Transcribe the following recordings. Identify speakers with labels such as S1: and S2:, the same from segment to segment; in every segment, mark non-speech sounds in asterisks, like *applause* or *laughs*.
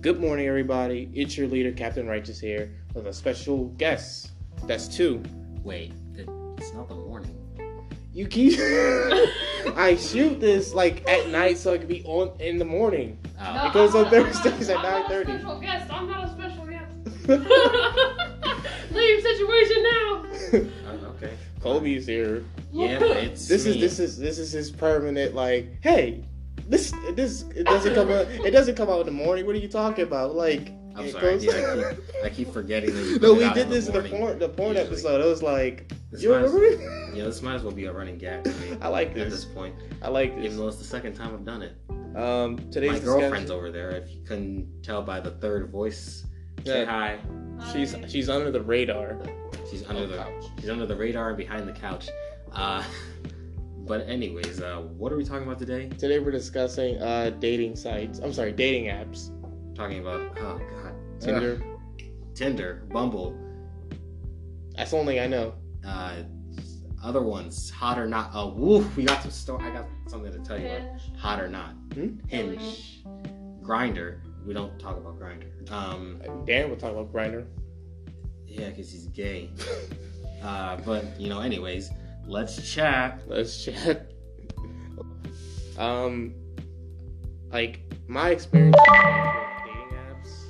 S1: Good morning, everybody. It's your leader, Captain Righteous, here with a special guest. That's two.
S2: Wait, the, it's not the morning.
S1: You keep. *laughs* I shoot this like at night so it can be on in the morning. *laughs*
S2: Oh,
S1: It goes
S3: I'm
S1: on
S3: not- I'm
S1: Thursdays
S3: not-
S1: at
S3: I'm not a
S1: 9:30.
S3: Special guest. I'm not a special guest. *laughs* Leave situation now.
S2: oh, okay.
S1: Kobe's here.
S3: *laughs*
S2: Yeah, but it's
S1: This Uh, is
S2: me.
S1: this is this is his permanent like. Hey, this this it doesn't come out. It doesn't come out in the morning. What are you talking about? Like.
S2: I'm
S1: it
S2: sorry,
S1: goes- *laughs*
S2: dude, I keep, I keep forgetting that you put
S1: No,
S2: it
S1: we
S2: out
S1: did
S2: in
S1: this in the
S2: morning.
S1: porn the porn
S2: usually.
S1: episode. It was like.
S2: This
S1: You
S2: might as- *laughs*
S1: remember? *laughs*
S2: yeah, this might as well be a running gag for me
S1: I like
S2: at this
S1: this.
S2: point,
S1: I like this.
S2: even though it's the second time I've done it.
S1: Um, today's
S2: My
S1: discussion-
S2: girlfriend's over there. If you couldn't tell by the third voice, say
S1: Yeah.
S2: hi.
S1: She's she's under the radar.
S2: She's under
S1: Oh,
S2: the she's under the radar and behind the couch. Uh, *laughs* but anyways, uh, what are we talking about today?
S1: Today we're discussing uh dating sites. I'm sorry, dating apps.
S2: Talking about oh god,
S1: Tinder.
S2: Ugh, Tinder, Bumble,
S1: That's the only thing I know.
S2: uh, other ones, hot or not. Oh, woof, we got some story. I got something to tell you. about.
S3: *laughs*
S2: Hot or not,
S1: Hmm?
S2: Hinge, Grinder. We don't talk about Grinder. Um,
S1: Dan will talk about Grinder.
S2: yeah, because he's
S1: *laughs*
S2: gay. Uh, but you know, anyways, let's chat.
S1: Let's chat. Um, like my experience with dating apps.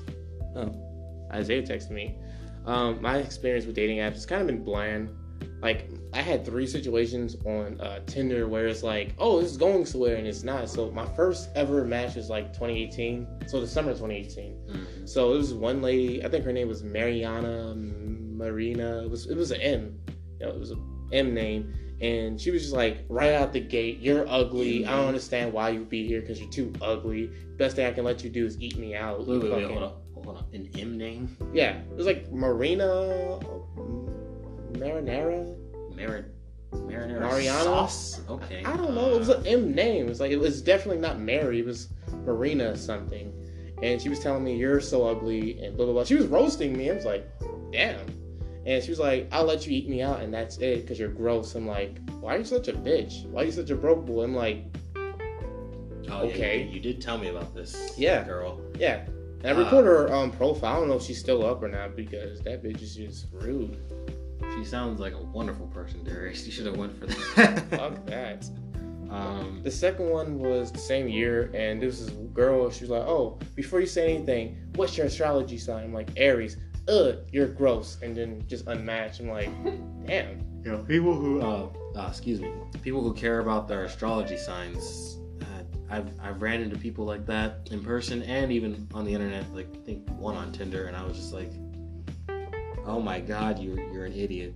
S1: Oh, Isaiah texted me. Um, my experience with dating apps has kind of been bland. Like I had three situations on uh, Tinder where it's like, oh, this is going somewhere, and it's not. So my first ever match was like 2018, so the summer of 2018.
S2: Mm,
S1: So it was one lady. I think her name was Mariana Marina. It was it was an M. You know, it was a M name, and she was just like right out the gate. You're ugly. I don't understand why you be here because you're too ugly. Best thing I can let you do is eat me out.
S2: Wait, wait, wait,
S1: Fucking-
S2: hold on, hold on. An M name,
S1: Yeah, it was like Marina Marinara.
S2: Marin, marinara
S1: Mariana?
S2: sauce. Okay.
S1: I don't know. It was
S2: uh,
S1: an M name. It's like it was definitely not Mary. It was Marina something. And she was telling me you're so ugly and blah blah blah. She was roasting me. I was like, damn. And she was like, I'll let you eat me out and that's it because you're gross. I'm like, why are you such a bitch? Why are you such a broke boy? I'm like,
S2: Oh, yeah,
S1: Okay.
S2: you, you did tell me about this.
S1: Yeah.
S2: Girl.
S1: yeah. And I
S2: Ah.
S1: reported her um, profile. I don't know if she's still up or not because that bitch is just rude.
S2: She sounds like a wonderful person, Darius. You should have went
S1: *laughs*
S2: for that.
S1: Fuck that.
S2: um,
S1: The second one was the same year, and this is girl. She was like, "Oh, before you say anything, what's your astrology sign?" I'm like, "Aries." Ugh, you're gross, and then just unmatched. I'm like, damn.
S2: you know, people who, uh, uh, excuse me, people who care about their astrology signs. Uh, I've I've ran into people like that in person and even on the internet. Like I think one on Tinder, and I was just like, oh my god, you're you're an idiot.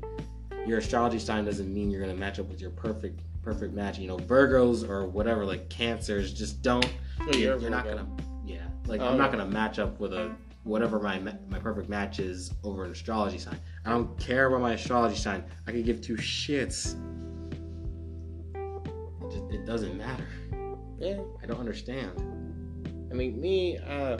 S2: Your astrology sign doesn't mean you're gonna match up with your perfect perfect match. You know, Virgos or whatever, like Cancers, just don't
S1: No,
S2: you're,
S1: a
S2: you're not
S1: Virgo.
S2: gonna yeah like
S1: Oh.
S2: i'm not gonna match up with a whatever my ma- my perfect match is over an astrology sign i don't care about my astrology sign i could give two shits it, just, it doesn't matter
S1: Yeah,
S2: i don't understand
S1: I mean, me, uh,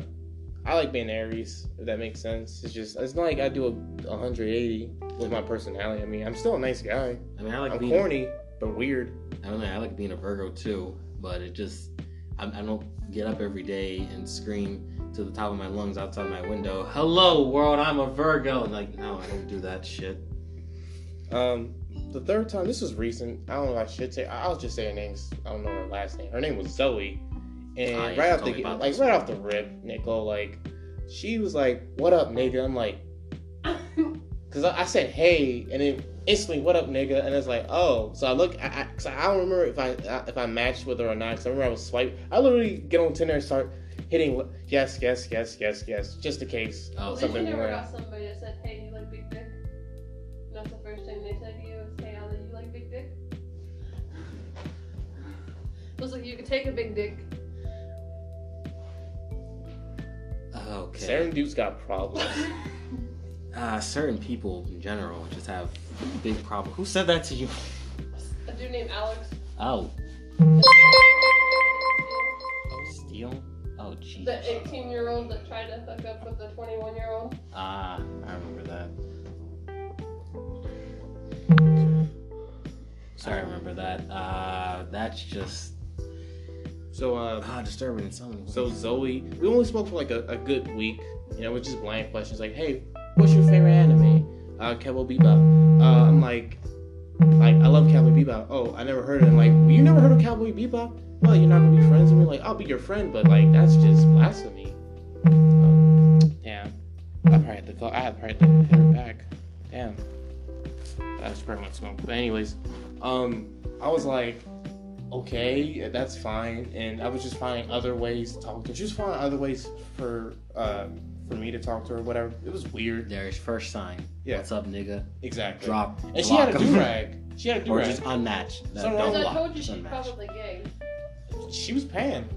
S1: I like being Aries. If that makes sense, it's just it's not like I do a 180 with my personality. I mean, I'm still a nice guy.
S2: i mean i like
S1: I'm
S2: being
S1: corny but weird.
S2: i don't know i like being a virgo too but it just I, I don't get up every day and scream to the top of my lungs outside my window hello world i'm a virgo and like no i don't do that shit
S1: Um, the third time, this was recent. I don't know if I should say. I- I'll just say her name's. I don't know her last name. Her name was Zoe, and
S2: Ah, yeah,
S1: right
S2: she
S1: off
S2: told
S1: the
S2: me about
S1: like
S2: this.
S1: right off the rip, Nicole like she was like, "What up, nigga?" I'm like, because I, I said hey, and then instantly, "What up, nigga?" And it's like, oh, so I look, I, I, cause I don't remember if I, I if I matched with her or not. Cause I remember I was swipe. I literally get on Tinder and start hitting li- yes, yes, yes, yes, yes, just in case.
S2: oh
S3: At least you
S1: Something
S3: never
S1: like
S3: got somebody that said, "Hey, you like big dick." And That's the first thing they said to you is, "Hey, Ali, you like big dick?" Looks like you could take a big dick.
S2: okay
S1: Certain dudes got problems.
S2: uh, certain people in general just have big problem. Who said that to you?
S3: A dude named Alex.
S2: Oh, Steele. Oh, jeez.
S3: The 18-year-old that tried to hook up with the 21-year-old.
S2: Ah, I remember that. I remember that. Uh, that's just.
S1: So uh,
S2: Ah, disturbing in so many ways.
S1: So Zoe, we only spoke for like a, a good week, you know, with just bland questions like, "Hey, what's your favorite anime?" Uh, Cowboy Bebop. Uh, I'm like, like I love Cowboy Bebop. Oh, I never heard of it. I'm like, well, you never heard of Cowboy Bebop? Well, you're not gonna be friends with me. Like, I'll be your friend, but like that's just blasphemy. Um, damn, I probably had to call. I had probably had to hit her back. Damn, that's pretty much smoke. But anyways, um, I was like okay, that's fine. And I was just finding other ways to talk to her. She was finding other ways for uh, for me to talk to her, whatever. It was weird.
S2: There's first sign.
S1: Yeah.
S2: What's up, nigga?
S1: Exactly.
S2: Drop.
S1: And she had a
S2: *laughs* block
S1: do
S2: 'em.
S1: rag. She had a do
S2: Or just
S1: rag.
S2: unmatched. No,
S1: So,
S2: don't
S1: Because
S3: I
S2: block,
S3: told you
S2: just
S3: she's
S2: unmatched.
S3: probably gay.
S1: She was pan.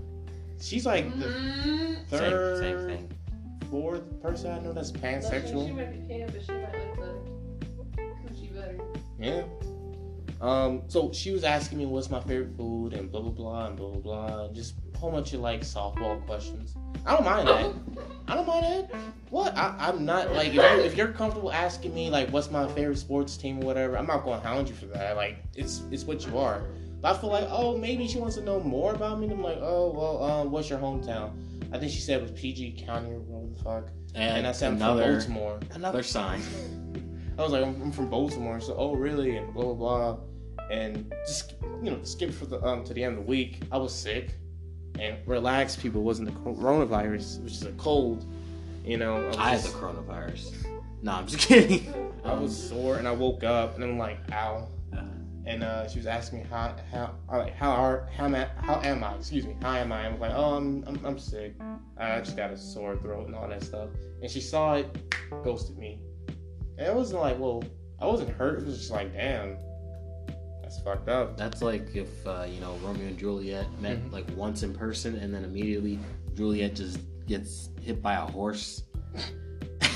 S1: She's like the
S3: Mm.
S2: Mm-hmm. Same-
S1: third,
S2: Same, thing.
S1: fourth person I know that's
S3: No, she- She
S1: pansexual.
S3: might be pan, but she might like the coochie better.
S1: Yeah. Um. So she was asking me what's my favorite food and blah blah blah and blah blah blah. Just a whole bunch of like softball questions. I don't mind
S3: Uh-huh. Oh,
S1: that. I don't mind that. What? I, I'm not like if, you, if you're comfortable asking me like what's my favorite sports team or whatever, I'm not going to hound you for that. Like it's it's what you are. But I feel like oh maybe she wants to know more about me. And I'm like oh well um what's your hometown? I think she said it was PG County or whatever the fuck.
S2: And,
S1: And I said I'm from
S2: another
S1: Baltimore.
S2: another sign.
S1: I was like I'm, I'm from Baltimore. So oh really and blah blah blah, and just you know skip for the um to the end of the week. I was sick, and relax people it wasn't the coronavirus, which is a cold. You know was
S2: I had
S1: just-
S2: the coronavirus. No, I'm just *laughs* kidding.
S1: I was sore and I woke up and I'm like, ow.
S2: Uh,
S1: And uh, she was asking me how how I like how are how am I, how am I? Excuse me, how am I? I'm like, oh, I'm I'm, I'm sick. I just got a sore throat and all that stuff. And she saw it, ghosted me. And it wasn't like, well, I wasn't hurt. It was just like, damn, that's fucked up.
S2: That's like if uh, you know Romeo and Juliet met
S1: Mhm.
S2: like once in person, and then immediately Juliet just gets hit by a horse. *laughs*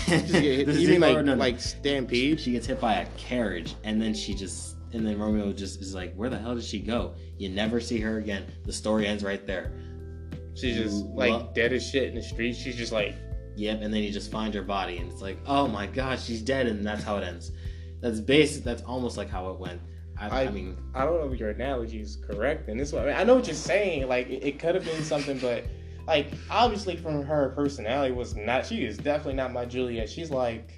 S2: This is even- no, no, no.
S1: stampede?
S2: she gets hit by a carriage, and then she just and then Romeo just is like, "Where the hell did she go?" You never see her again. The story ends right there.
S1: She's just
S2: Well-
S1: like dead as shit in the street. She's just like,
S2: Yep, and then you just find her body, and it's like, "Oh my god, she's dead," and that's how it ends. That's basic. That's almost like how it went. I, I,
S1: I-
S2: mean,
S1: I don't know if your analogy is correct, and this one, I, mean, I know what you're saying. Like it, it could have been something, but like obviously from her personality was not. She is definitely not my Juliet. She's like,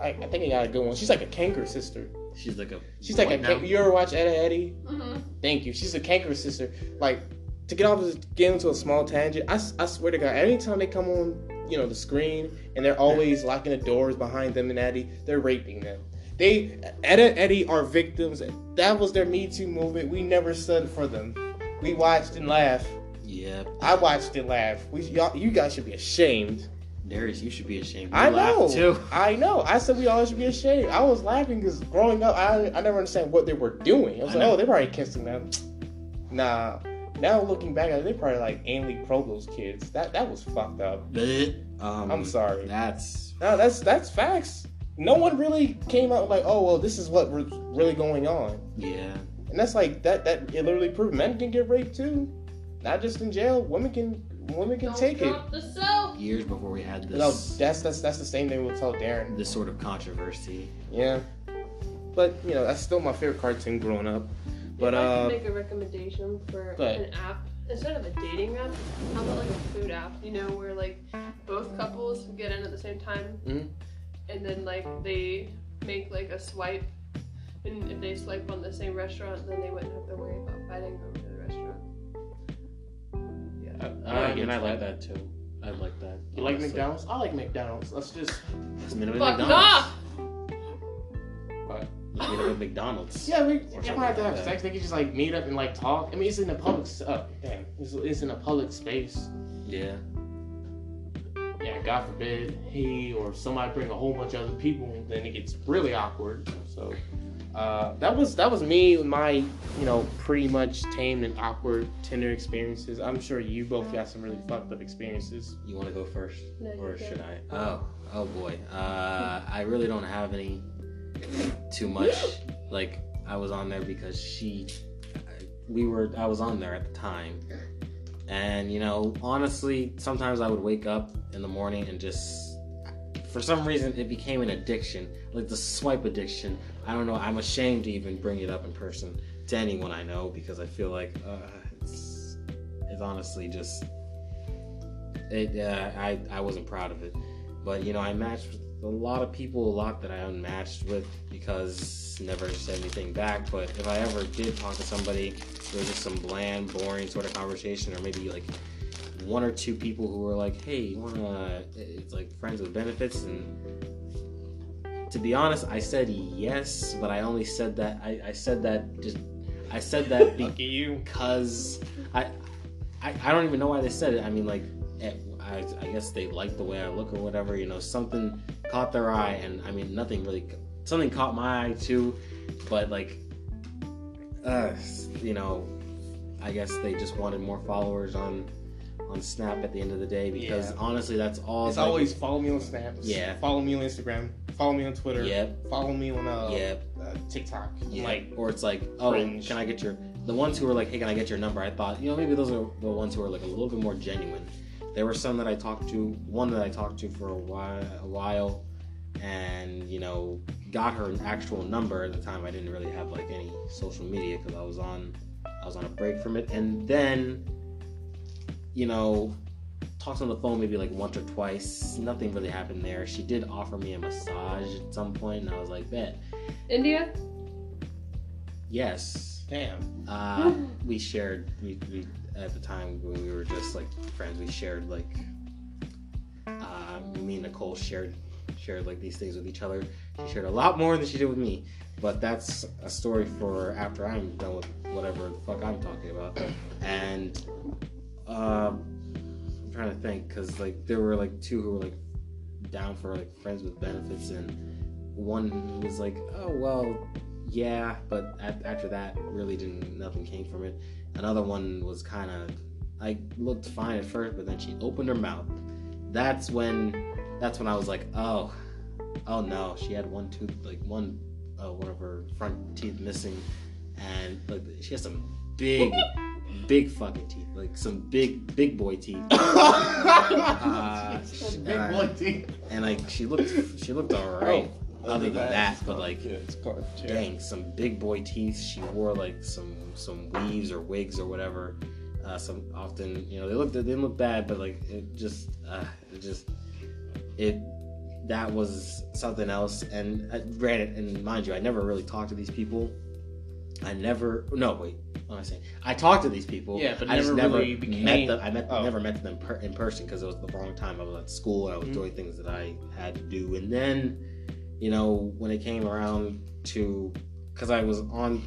S1: I, I think I got a good one. She's like a canker sister.
S2: she's like a.
S1: She's like
S2: what
S1: a.
S2: now?
S1: Can- you ever watch Etta Eddie?
S3: Mm-hmm.
S1: Thank you. She's a canker sister. Like to get off, of- get into a small tangent. I, s- I swear to God, anytime they come on, you know, the screen, and they're always locking the doors behind them and Eddie, they're raping them. They Ed and Eddie are victims. That was their Me Too movement. We never stood for them. We watched and laughed.
S2: Yep,
S1: I watched and laughed. We y'all, you guys should be ashamed.
S2: Darius, you should be ashamed. You
S1: I
S2: laugh
S1: know.
S2: too.
S1: I know. I said we all should be ashamed. I was laughing because growing up, I, I never understand what they were doing. I was like,
S2: I know.
S1: oh, they probably kissing them. Nah. Now looking back at it, they probably like anally pro those kids. That that was fucked up.
S2: Bleh. Um,
S1: I'm sorry.
S2: That's
S1: No, that's that's facts. No one really came out like, oh well, this is what was really going on,
S2: yeah.
S1: and that's like that that it literally proved men can get raped too, not just in jail. Women can women can
S3: Don't
S1: take
S3: drop the soap.
S2: Years before we had
S1: it. No,
S2: this
S1: that's that's that's the same thing we'll tell Darren.
S2: this sort of controversy.
S1: Yeah. But you know, that's still my favorite cartoon growing up. But
S3: if I could
S1: uh
S3: make a recommendation for
S1: go ahead.
S3: an app instead of a dating app, how about like a food app? You know, where like both couples get in at the same time,
S1: Mhm.
S3: and then like they make like a swipe, and if they swipe on the same restaurant, then they wouldn't have to worry about fighting over the restaurant.
S2: Uh, I,
S1: I- and I like
S2: that too. I like that.
S1: you like McDonald's? I like McDonald's. Let's just
S2: Let's meet up at *laughs*
S3: Fuck
S2: McDonald's.
S3: off!
S2: Let's meet up at McDonald's.
S1: yeah, we you
S2: Or
S1: don't
S2: something
S1: have to
S2: like
S1: have
S2: that.
S1: sex. They can just like meet up and like talk. I mean, it's in a public s- uh, damn, it's, it's in a public space.
S2: Yeah.
S1: Yeah, God forbid he or somebody bring a whole bunch of other people, then it gets really awkward. So uh, that was that was me with my you know pretty much tame and awkward Tinder experiences. I'm sure you both got some really fucked up experiences.
S2: You want to go first,
S3: No,
S2: or
S3: you go.
S2: should I? Oh, oh boy. Uh, I really don't have any too much.
S3: *laughs*
S2: Like I was on there because she, I- we were. I was on there at the time, and you know, honestly, sometimes I would wake up in the morning and just For some reason, it became an addiction, like the swipe addiction. I don't know. I'm ashamed to even bring it up in person to anyone I know because I feel like uh, it's, it's honestly just it. Uh, I I wasn't proud of it, but you know I matched with a lot of people a lot that I unmatched with because never said anything back. But if I ever did talk to somebody, it was just some bland, boring sort of conversation, or maybe like one or two people who were like, "Hey, you wanna?" It's like friends with benefits, and to be honest, I said yes, but I only said that. I, I said that just. I said
S1: *laughs*
S2: that
S4: Lucky you.
S2: because I, I I don't even know why they said it. I mean, like, eh, I, I guess they liked the way I look or whatever. You know, something caught their eye, and I mean, nothing really. Something caught my eye too, but like, uh, you know, I guess they just wanted more followers on on Snap at the end of the day because
S4: Yeah.
S2: honestly, that's all.
S4: It's
S2: like-
S4: always follow me on Snap.
S2: Yeah.
S4: Follow me on Instagram. Follow me on Twitter.
S2: Yep.
S4: Follow me on uh,
S2: Yep.
S4: uh, TikTok. I'm
S2: Yeah.
S4: Like,
S2: or it's like, oh,
S4: Fringe.
S2: can I get your? The ones who were like, hey, can I get your number? I thought, you know, maybe those are the ones who are like a little bit more genuine. There were some that I talked to, one that I talked to for a while, a while, and you know, got her an actual number at the time. I didn't really have like any social media because I was on, I was on a break from it, and then, you know. Talked on the phone maybe like once or twice. Nothing really happened there. She did offer me a massage at some point, and I was like, "Bet,
S3: India?
S2: yes." *laughs*
S4: damn.
S2: Uh, we shared we, we at the time when we were just like friends. We shared like uh, me and Nicole shared shared like these things with each other. She shared a lot more than she did with me, but that's a story for after I'm done with whatever the fuck I'm talking about. And um, I'm trying to think because like there were like two who were like down for like friends with benefits, and one who was like, oh well, yeah, but a- after that, really didn't nothing came from it. Another one was kind of I looked fine at first, but then she opened her mouth. That's when that's when I was like, oh, oh no, she had one tooth like one uh, one of her front teeth missing, and like she has some
S4: *laughs*
S2: big, big fucking teeth, like some big big
S4: *laughs*
S2: boy teeth. Uh,
S4: Big
S2: and, I-
S4: boy teeth.
S2: and like she looked she looked alright. Other than that, but like
S4: yeah, it's called.
S2: dang some big boy teeth she wore like some some weaves or wigs or whatever uh, some often you know they looked they didn't look bad but like it just uh, it just it that was something else and uh, granted and mind you i never really talked to these people i never no wait what am i saying i talked to these people
S4: Yeah, but
S2: i just
S4: never
S2: never
S4: really
S2: met
S4: became-
S2: them i met
S4: oh.
S2: never met them per, in person because it was the wrong time i was at school and i was
S4: Mhm.
S2: doing things that i had to do and then you know, when it came around to, because I was on,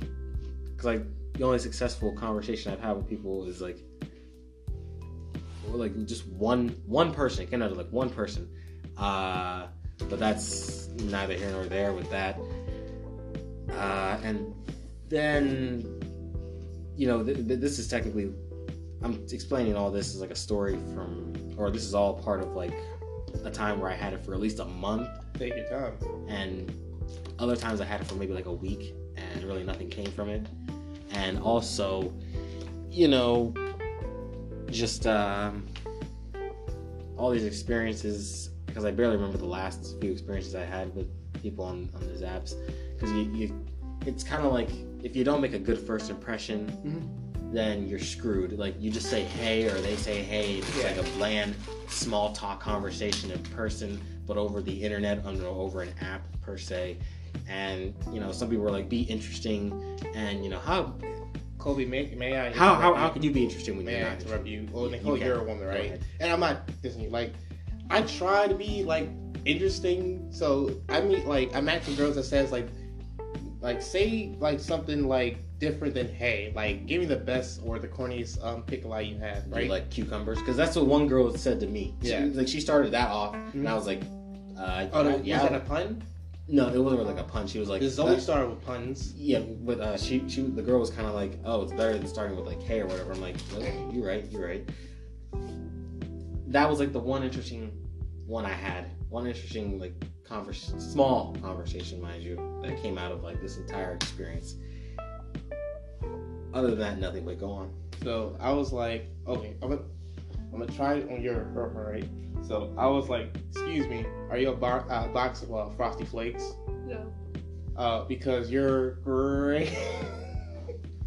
S2: because like the only successful conversation I've had with people is like, or like just one one person, kind of like one person, uh, but that's neither here nor there with that. Uh, and then, you know, th- th- this is technically, I'm explaining all this as like a story from, or this is all part of like a time where I had it for at least a month
S4: Take your time.
S2: and other times I had it for maybe like a week and really nothing came from it. And also, you know, just um, all these experiences because I barely remember the last few experiences I had with people on, on these apps because you, you it's kind of like if you don't make a good first impression then you're screwed like you just say hey or they say hey it's
S4: Yeah.
S2: like a bland small talk conversation in person but over the internet under over an app per se and you know some people are like be interesting and you know how
S4: Kobe, may, may I?
S2: how how,
S4: interrupt
S2: how
S4: you?
S2: can you be interesting when
S4: May
S2: you're
S4: I
S2: not
S4: interrupt you? Oh, Well,
S2: You-
S4: Nicole,
S2: you
S4: you are a
S2: can.
S4: woman,
S2: Go
S4: right?
S2: ahead.
S4: And I'm not dissing you. Like, I try to be like interesting. So I meet like I match with girls that says like, like say like something like different than hey, like give me the best or the corniest um pick a lie you have,
S2: right?
S4: right?
S2: like cucumbers because that's what one girl said to me She-
S4: Yeah.
S2: like she started that off and
S4: Mhm.
S2: i was like uh,
S4: oh, no,
S2: yeah
S4: was that a pun?
S2: no it wasn't really like a punch she was like
S4: This
S2: uh,
S4: always started with puns.
S2: Yeah, but uh, she she the girl was kind of like, oh, it's better than starting with like hey or whatever. I'm like, "Oh, you're right, you're right. That was like the one interesting one I had. One interesting like converse, small conversation, mind you, that came out of like this entire experience. Other than that, nothing. But go on.
S4: So I was like, okay, I'm gonna, I'm gonna try it on your girlfriend, right?
S1: So I was like, "Excuse me, are you a bar, uh, box of uh, frosty flakes?"
S3: No.
S1: Uh, because you're great. *laughs*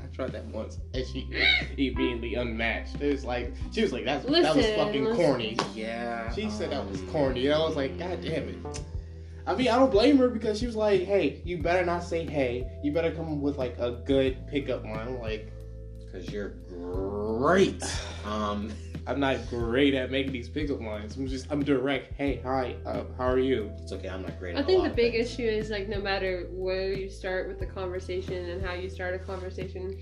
S1: I tried that once, and she immediately unmatched. It was like she was like, "That's that was
S3: Listen,
S1: fucking
S3: listen.
S1: corny."
S2: Yeah.
S1: She said that was
S2: um,
S1: corny, and I was like, "God damn it." I mean, I don't blame her because she was like, "Hey, you better not say hey. You better come with like a good pickup line." I'm Like,
S2: Cause you're great. Um,
S1: I'm not great at making these pickup lines. I'm just, I'm direct. Hey, hi, uh, how are you?
S2: it's okay. I'm not great.
S3: I
S2: at a
S3: think
S2: lot
S3: the
S2: of
S3: big
S2: things.
S3: issue is like no matter where you start with the conversation and how you start a conversation.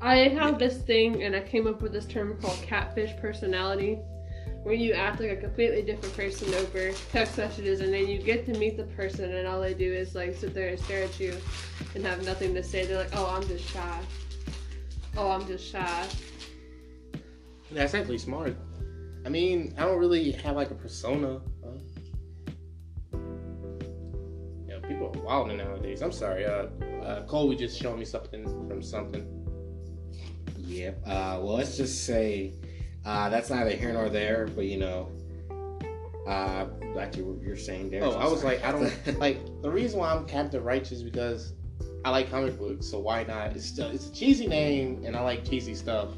S3: I have this thing, and I came up with this term called catfish personality, where you act like a completely different person over text messages, and then you get to meet the person, and all they do is like sit there and stare at you, and have nothing to say. They're like, "Oh, I'm just shy. Oh, I'm just shy."
S1: That's actually smart. I mean, I don't really have like a persona. Huh? Yeah, people are wilding nowadays. I'm sorry. Uh, uh, Cole was just showing me something from something.
S2: Yep. Uh, well, let's just say uh, that's neither here nor there, but you know, uh, back to what you're saying there.
S1: Oh,
S2: so
S1: I was
S2: sorry
S1: like, I
S2: about *laughs*
S1: don't like the reason why I'm Captain Righteous is because I like comic books, so why not? It's still, it's a cheesy name, and I like cheesy stuff.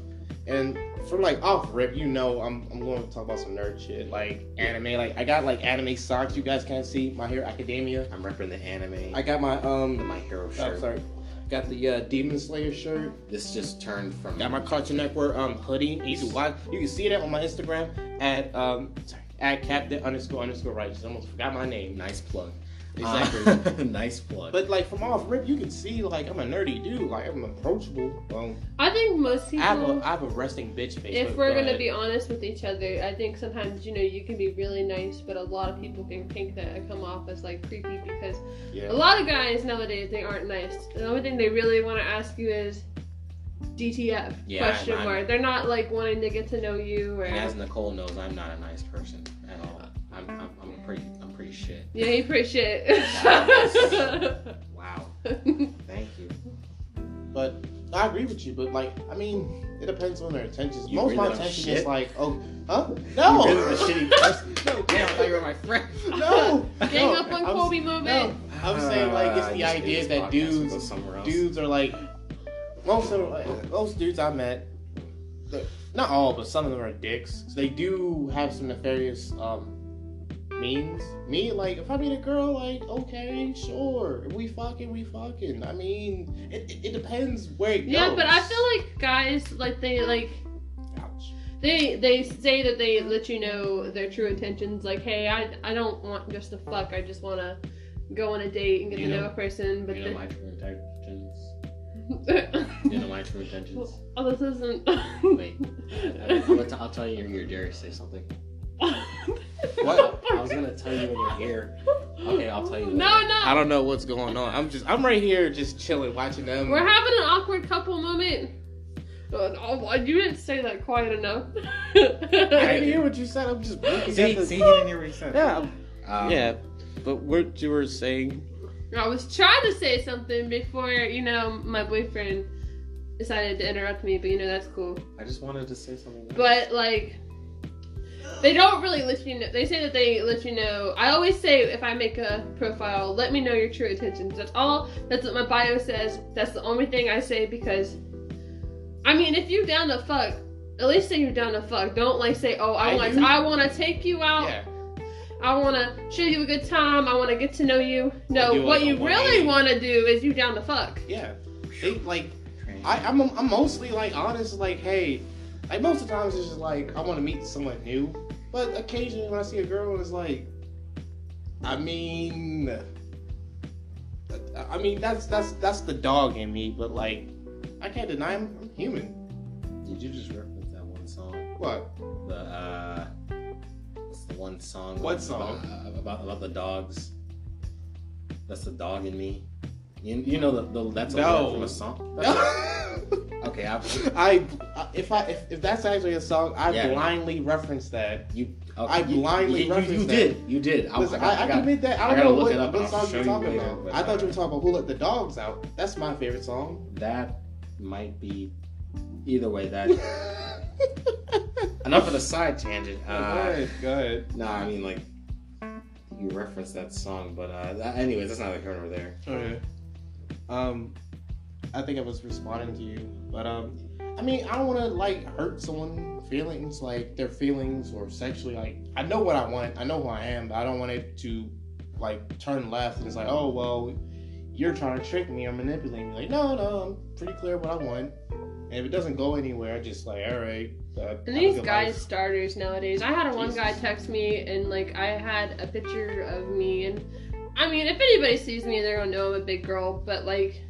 S1: And from like off rip, you know, I'm I'm going to talk about some nerd shit like anime. Like I got like anime socks. You guys can't see my Hero Academia.
S2: I'm repping the anime.
S1: I got my um
S2: the My Hero
S1: Oh,
S2: shirt.
S1: sorry. Got the uh, Demon Slayer shirt.
S2: This just turned from.
S1: Got my Cartoon Network um, hoodie. You can watch. You can see that on my Instagram at um sorry at Captain underscore underscore righteous. Almost forgot my name.
S2: nice plug.
S1: *laughs* Exactly.
S2: Uh, *laughs* nice plug.
S1: but like from off rip, you can see like I'm a nerdy dude. Like I'm approachable. Um,
S3: I think most
S1: I
S3: people.
S1: have a I have a resting bitch face.
S3: if
S1: but-
S3: we're gonna
S1: but-
S3: be honest with each other, I think sometimes you know you can be really nice, but a lot of people can think that I come off as like creepy because
S1: yeah.
S3: a lot of guys nowadays they aren't nice. The only thing they really want to ask you is DTF
S2: Yeah,
S3: question
S2: I'm-
S3: mark. They're not like wanting to get to know you or
S2: and as Nicole knows, I'm not a nice person at all. I'm, I'm, I'm pretty. I'm pretty shit.
S3: yeah, you pretty shit. *laughs*
S2: Wow. Thank you.
S1: But I agree with you. But like I mean, it depends on their intentions.
S2: You
S1: Most of my
S2: really don't
S1: intention
S2: shit?
S1: is like oh huh no
S2: You're really
S1: *laughs*
S2: a shitty person.
S1: no
S2: Damn, I thought you were my friend.
S1: no no,
S3: Gang up on
S1: I'm
S3: Kobe moment.
S1: No, I was saying like it's
S2: Uh,
S1: the
S2: just
S1: idea
S2: this
S1: that
S2: podcast
S1: dudes,
S2: goes somewhere else.
S1: dudes are like most of uh, most dudes I met, the- not all, but some of them are dicks. So they do have some nefarious um means. Me, like if I meet a girl, like okay, sure, if we fucking, we fucking. I mean, it, it, it depends where it
S3: yeah,
S1: goes.
S3: but I feel like guys like they like
S1: Ouch.
S3: They they say that they let you know their true intentions. Like, hey, I I don't want just to fuck. I just want to go on a date and get
S2: You
S3: to know,
S2: know-
S3: a person. But
S2: You know
S3: *laughs*
S2: my true intentions.
S3: the-
S2: You know my true intentions. *laughs*
S3: oh, this isn't. *laughs*
S2: Wait. I'll, let- I'll tell you in your dare say something.
S1: What?
S2: I was gonna tell you in
S1: *laughs*
S2: your ear. Okay, I'll tell you later.
S3: No,
S1: I
S3: no.
S1: don't know what's going on. I'm just, I'm right here, just chilling, watching them.
S3: We're having an awkward couple moment. Uh, Oh, you didn't say that quiet
S2: *laughs*
S3: enough. *laughs*
S1: I didn't hear what you said. I'm *laughs* just looking at the-
S2: didn't hear what he said.
S1: Yeah,
S2: Um,
S1: yeah. But what you were saying?
S3: I was trying to say something before you know my boyfriend decided to interrupt me. But you know that's cool.
S2: I just wanted to say something.
S3: but like they don't really let you know they say that they let you know i always say if i make a profile let me know your true intentions that's all that's what my bio says that's the only thing i say because i mean if you're down to fuck at least say you're down to fuck don't like say oh i,
S1: I
S3: want
S1: do.
S3: i want to take you out
S1: Yeah.
S3: i want to show you a good time i want to get to know you no
S1: do like
S3: what
S1: a
S3: you
S1: 180.
S3: really want to do is you down to fuck
S1: Yeah, they like I, I'm I'm mostly like honest, like hey, like most of the times it's just like I want to meet someone new, but occasionally when I see a girl, it's like, I mean, I- I mean that's that's that's the dog in me, but like I can't deny I'm, I'm human.
S2: Did you just reference that one song?
S1: What? *laughs*
S2: The uh, what's the one song?
S1: What
S2: about-
S1: song?
S2: About, about the dogs. That's the dog in me. You, you know the, the that's a
S1: No.
S2: word from a song. Okay, I,
S1: I if I if, if that's actually a song, I
S2: Yeah.
S1: blindly reference that.
S2: you. okay,
S1: I
S2: you-
S1: blindly
S2: you, you, you,
S1: referenced that.
S2: did. You did. I,
S1: Listen,
S2: I, got-
S1: I, I,
S2: I got-
S1: can admit that. I don't
S2: I gotta
S1: know
S2: look
S1: what,
S2: it up
S1: what
S2: and I'll
S1: song
S2: show
S1: you're
S2: you
S1: talking
S2: later,
S1: about.
S2: but-
S1: I thought you were talking about Who Let the Dogs Out. That's my favorite song.
S2: that might be either way that
S1: *laughs*
S2: Enough of the side tangent. Uh,
S1: go ahead.
S2: no, I mean like you referenced that song, but uh, that, anyways, that's not like here nor there.
S1: Okay. Um, I think I was responding to you, but um, I mean, I don't want to like hurt someone' feelings, like their feelings or sexually. Like, I know what I want, I know who I am, but I don't want it to like turn left and it's like, oh well, you're trying to trick me or manipulate me. Like, no, no, I'm pretty clear what I want, and if it doesn't go anywhere, I just like, all right. Uh, have a
S3: And these
S1: good
S3: guys
S1: life.
S3: starters nowadays. I had a one
S1: Jesus.
S3: guy text me and like I had a picture of me and I mean if anybody sees me they're gonna know I'm a big girl, but like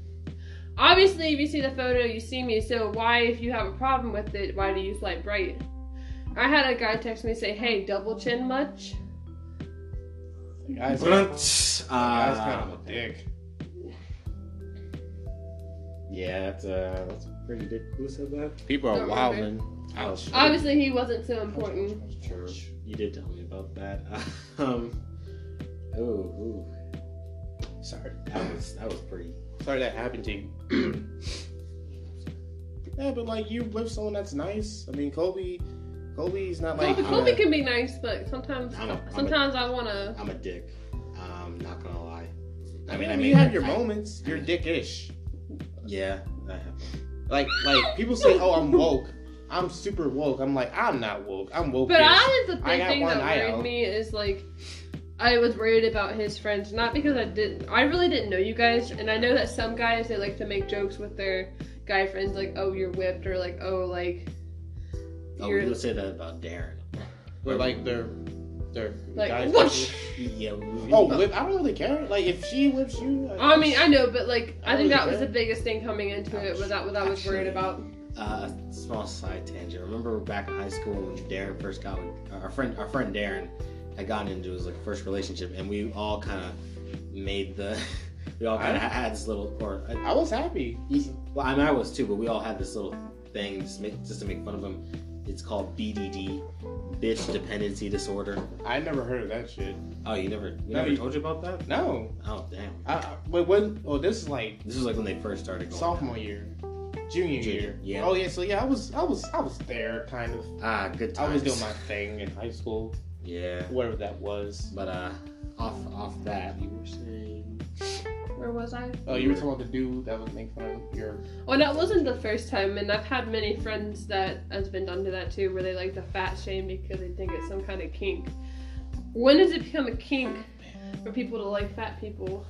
S3: obviously if you see the photo you see me, so why if you have a problem with it, why do you flight bright? I had a guy text me say, Hey, double chin much?
S1: The guys,
S2: But,
S1: the
S2: uh,
S1: guys kind of a dick.
S2: Yeah, that's, uh, that's pretty dick. Who said that?
S4: People are
S3: Don't
S4: wilding.
S3: remember.
S2: Ouch.
S3: Obviously he wasn't so important.
S2: True. You did tell me about that. *laughs* Um. Oh. ooh. Sorry. That was that was pretty.
S4: Sorry that happened to you.
S1: *clears throat* Yeah, but like you with someone that's nice. I mean, Kobe, Kobe's not like uh,
S3: Kobe,
S2: I'm
S3: Kobe
S2: a-
S3: can be nice, but sometimes
S2: I'm a- I'm a-
S3: sometimes I wanna
S2: I'm a dick. Um. Not gonna lie.
S1: I mean, I mean, you have your
S2: I-
S1: moments. You're dickish.
S2: Yeah. I have.
S1: Like, like people say, "Oh, I'm woke. I'm super woke." I'm like, I'm not woke. I'm woke.
S3: But I was the
S1: I
S3: big
S1: got
S3: thing
S1: one
S3: that
S1: eye
S3: worried
S1: out.
S3: me is like I was worried about his friends, not because I didn't I really didn't know you guys and I know that some guys they like to make jokes with their guy friends like, oh you're whipped or like oh like
S2: Oh,
S3: You're-
S2: we would say that about Darren.
S1: But like they're, they're
S3: like
S1: guys-
S3: whoosh
S2: Yeah. we-
S1: Oh, whip! I don't really care. Like if she whips you,
S3: I mean I know but like I think
S1: Oh,
S3: that was
S1: yeah.
S3: the biggest thing coming into it was that what I was worried about.
S2: Uh, small side tangent. Remember back in high school when Darren first got with uh, our friend, our friend Darren, had gotten into his like first relationship, and we all kind of made the, *laughs* we all kind of had this little, or I,
S1: I was happy.
S2: well, I mean I was too, but we all had this little thing just, make, just to make fun of him. It's called BDD, bitch dependency disorder.
S1: I never heard of that shit.
S2: Oh, you never, we
S1: No,
S2: never
S1: you-
S2: told you about that?
S1: No.
S2: Oh, damn.
S1: I, I- wait, when? Oh, this is like
S2: This was like when they first started going.
S1: sophomore year, junior,
S2: Junior,
S1: year.
S2: yeah.
S1: Oh yeah. So yeah, I was, I was, I was there, kind of.
S2: Ah, good times.
S1: I was doing my thing in high school,
S2: Yeah,
S1: whatever that was.
S2: but uh, off off that you were saying.
S3: Where was I?
S1: Oh, you were talking about the dude that was making fun of your.
S3: Well, that wasn't the first time, and I've had many friends that has been done to that too, where they like the fat shame because they think it's some kind of kink. When does it become a kink for people to like fat people?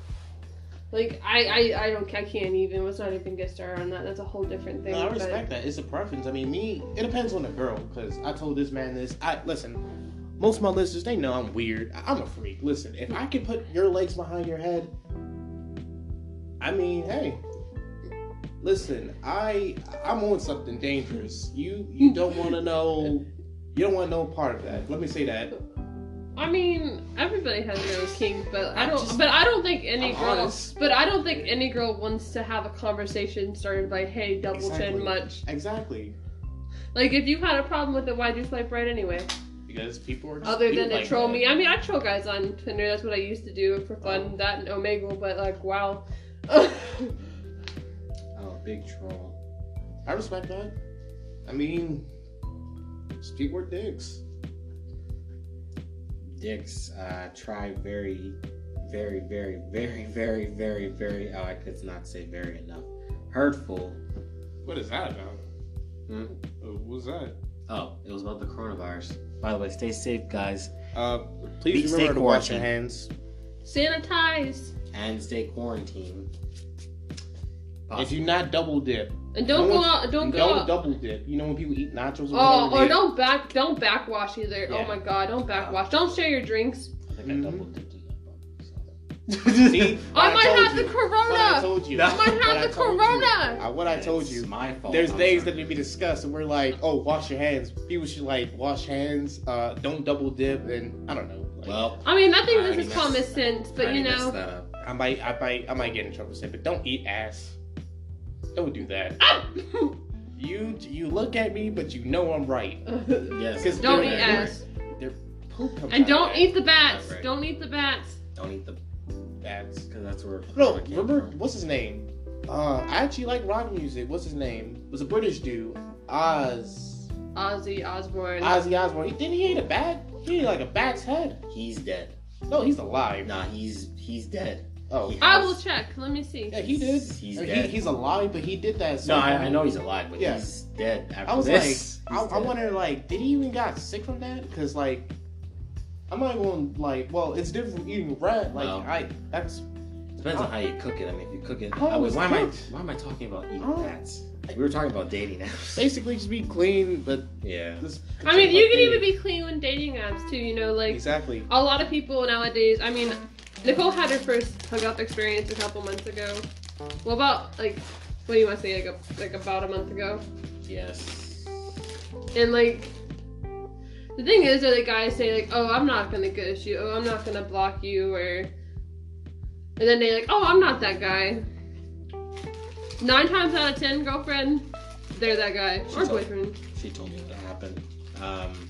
S3: Like I, I, I don't, I can't even. Let's not even get started on that. That's a whole different thing.
S1: No, I
S3: but-
S1: respect that. It's a preference. I mean, me, it depends on the girl. Because I told this man this. I listen. Most of my listeners, they know I'm weird. I- I'm a freak. Listen, if I can put your legs behind your head, I mean, hey. Listen, I I'm on something dangerous. You you don't want to know. You don't want no part of that. Let me say that.
S3: I mean, everybody has their own kink, but I
S1: I'm
S3: don't.
S1: just-
S3: but I don't think any
S1: I'm
S3: girl.
S1: honest.
S3: But I don't think any girl wants to have a conversation started by, "Hey, double
S1: Exactly.
S3: chin much."
S1: Exactly.
S3: Like if you had a problem with it, why'd you swipe right anyway?
S1: Because people are just
S3: Other
S1: weird
S3: than to
S1: like
S3: troll
S1: that.
S3: me, I mean, I troll guys on Tinder. That's what I used to do for fun. That and Omegle, but like, wow. *laughs*
S2: Oh, big troll.
S1: I respect that. I mean, just people are dicks.
S2: Dicks uh, try very, very, very, very, very, very, very. Oh, I could not say very enough. Hurtful.
S1: What is that about?
S2: Hmm?
S1: Uh, What's that?
S2: Oh, it was about the coronavirus. By the way, stay safe, guys,
S1: Uh,
S2: Be-
S1: please
S2: stay
S1: remember to wash your hands.
S2: quarantined.
S3: Sanitize
S2: and stay quarantined.
S1: If you not double dip,
S3: and don't
S1: No
S3: go
S1: one-
S3: out. Don't go
S1: don't
S3: out.
S1: double dip. You know when people eat nachos? with
S3: oh,
S1: double
S3: or
S1: dip?
S3: don't back. Don't backwash either.
S2: Yeah.
S3: Oh my god, don't backwash. Don't share your drinks.
S2: I think
S1: Mhm.
S2: I double dipped in that bubble. So.
S1: *laughs* See, What
S3: I, might
S1: told
S3: have the
S1: you. What I
S3: corona.
S1: told you.
S2: No. I
S3: might
S1: What
S3: have
S1: I
S3: the
S1: told you.
S3: corona.
S1: Uh, What I told
S2: It's
S1: you.
S2: my fault.
S1: There's
S2: I'm
S1: days that
S2: Oh, sorry.
S1: need to be discussed, and we're like, oh, wash your hands. People should like wash hands. Uh, don't double dip, and I don't know. Like,
S2: Well,
S3: I mean, I think
S2: I already
S3: this is
S2: messed-
S3: common sense,
S2: I
S3: but
S2: already
S3: you
S2: messed
S3: know,
S2: that up.
S1: I might, I might, I might get in trouble with it, but don't eat ass. Don't do that.
S3: Ah! *laughs*
S1: You, you look at me, but you know I'm right.
S3: *laughs*
S2: Yes.
S1: 'Cause
S3: don't
S1: Doing
S3: eat
S1: it.
S3: ass
S1: Poop comes
S3: and
S1: out of
S3: don't
S1: that.
S3: eat the bats.
S2: Right.
S3: Don't eat the bats.
S2: Don't eat the.
S1: That's
S2: Because that's where.
S1: no.
S2: corona came
S1: Remember
S2: from.
S1: what's his name? Uh, I actually like rock music. What's his name? It was a British dude, Oz.
S3: Ozzy Osbourne.
S1: Ozzy Osbourne. Didn't he eat a bat? He ate like a bat's head.
S2: He's dead.
S1: No, he's alive.
S2: Nah, he's he's dead.
S1: Oh,
S2: He
S3: I
S2: has-
S3: will check. Let me see.
S1: yeah, he did.
S2: He's- he's
S1: Or
S2: dead.
S1: he, he's alive, but he did that.
S2: No,
S1: so-
S2: I, I know he's alive, but
S1: Yeah.
S2: he's dead. After
S1: I was
S2: this,
S1: like, I,
S2: He's
S1: I
S2: dead.
S1: wonder, like, did he even got sick from that? Because, like, I'm not going, like, well, it's different from eating rat. Like,
S2: No.
S1: I, that's,
S2: Depends on how you cook it. I mean, if you cook it,
S1: How
S2: I was,
S1: is
S2: why am I
S1: Oh, cooked?
S2: why am I talking about eating
S1: Oh.
S2: bats? We were talking about dating apps.
S1: basically just be clean, but
S2: *laughs* yeah.
S1: just.
S3: I mean, you can even be clean when dating apps too. You know, like
S1: Exactly.
S3: a lot of people nowadays. I mean, Nicole had her first hookup experience a couple months ago. Well, about like what do you want to say? Like a, like about a month ago.
S2: Yes.
S3: And like the thing is that the guys say like, "Oh, I'm not gonna ghost you. Oh, I'm not gonna block you," or and then they like, "Oh, I'm not that guy." Nine times out of ten, girlfriend, they're that guy or
S2: She's all-
S3: boyfriend.
S2: She told me what happened. Um,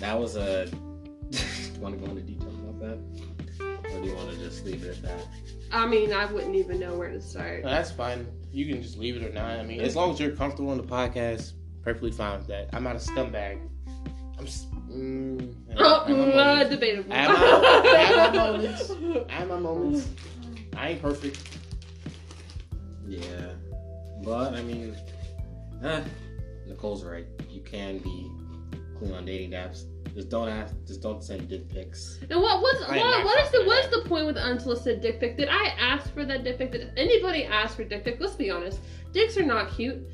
S2: that was a. *laughs* want to go into detail about that, or do you want to just leave it at that?
S3: I mean, I wouldn't even know where to start.
S1: No, that's fine. You can just leave it or not. I mean, as long as you're comfortable on the podcast, perfectly fine with that. I'm not a scumbag. I'm. s- Mm, I have my
S3: *laughs* uh,
S1: moments.
S3: debatable.
S1: I have
S3: *laughs*
S1: my moments. I have my moments. I ain't perfect.
S2: Yeah, but I mean, eh, Nicole's right. You can be clean on dating apps. Just don't ask. Just don't send dick pics.
S3: And what was
S1: I am
S3: what,
S1: not
S3: what is the
S1: confident.
S3: what is the point with the unsolicited dick pic? Did I ask for that dick pic? Did anybody ask for dick pic? Let's be honest. Dicks are not cute.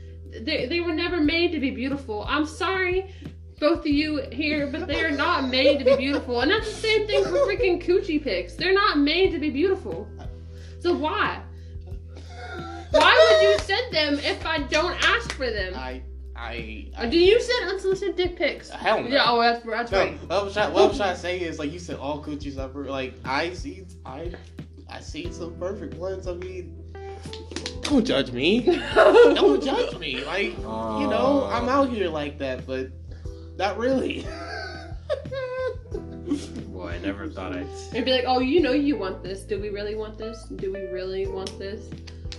S3: They they were never made to be beautiful. I'm sorry, both of you here, but they are not made to be beautiful. And that's the same thing for freaking coochie pics. They're not made to be beautiful. So why? Why would you send them if I don't ask for them?
S1: I. I.
S3: Or Do you send unsolicited dick pics?
S1: Hell no.
S3: Yeah, oh, that's, that's
S1: No,
S3: right.
S1: what I'm, trying, what I'm trying to say is like you said, all coochies are per- like I see, I, I see some perfect ones. I mean, don't judge me. Don't judge me. Like you know, I'm out here like that, but not really. *laughs*
S2: Oh, Boy, I never thought I'd.
S3: It'd be like, oh, you know, you want this. Do we really want this? Do we really want this?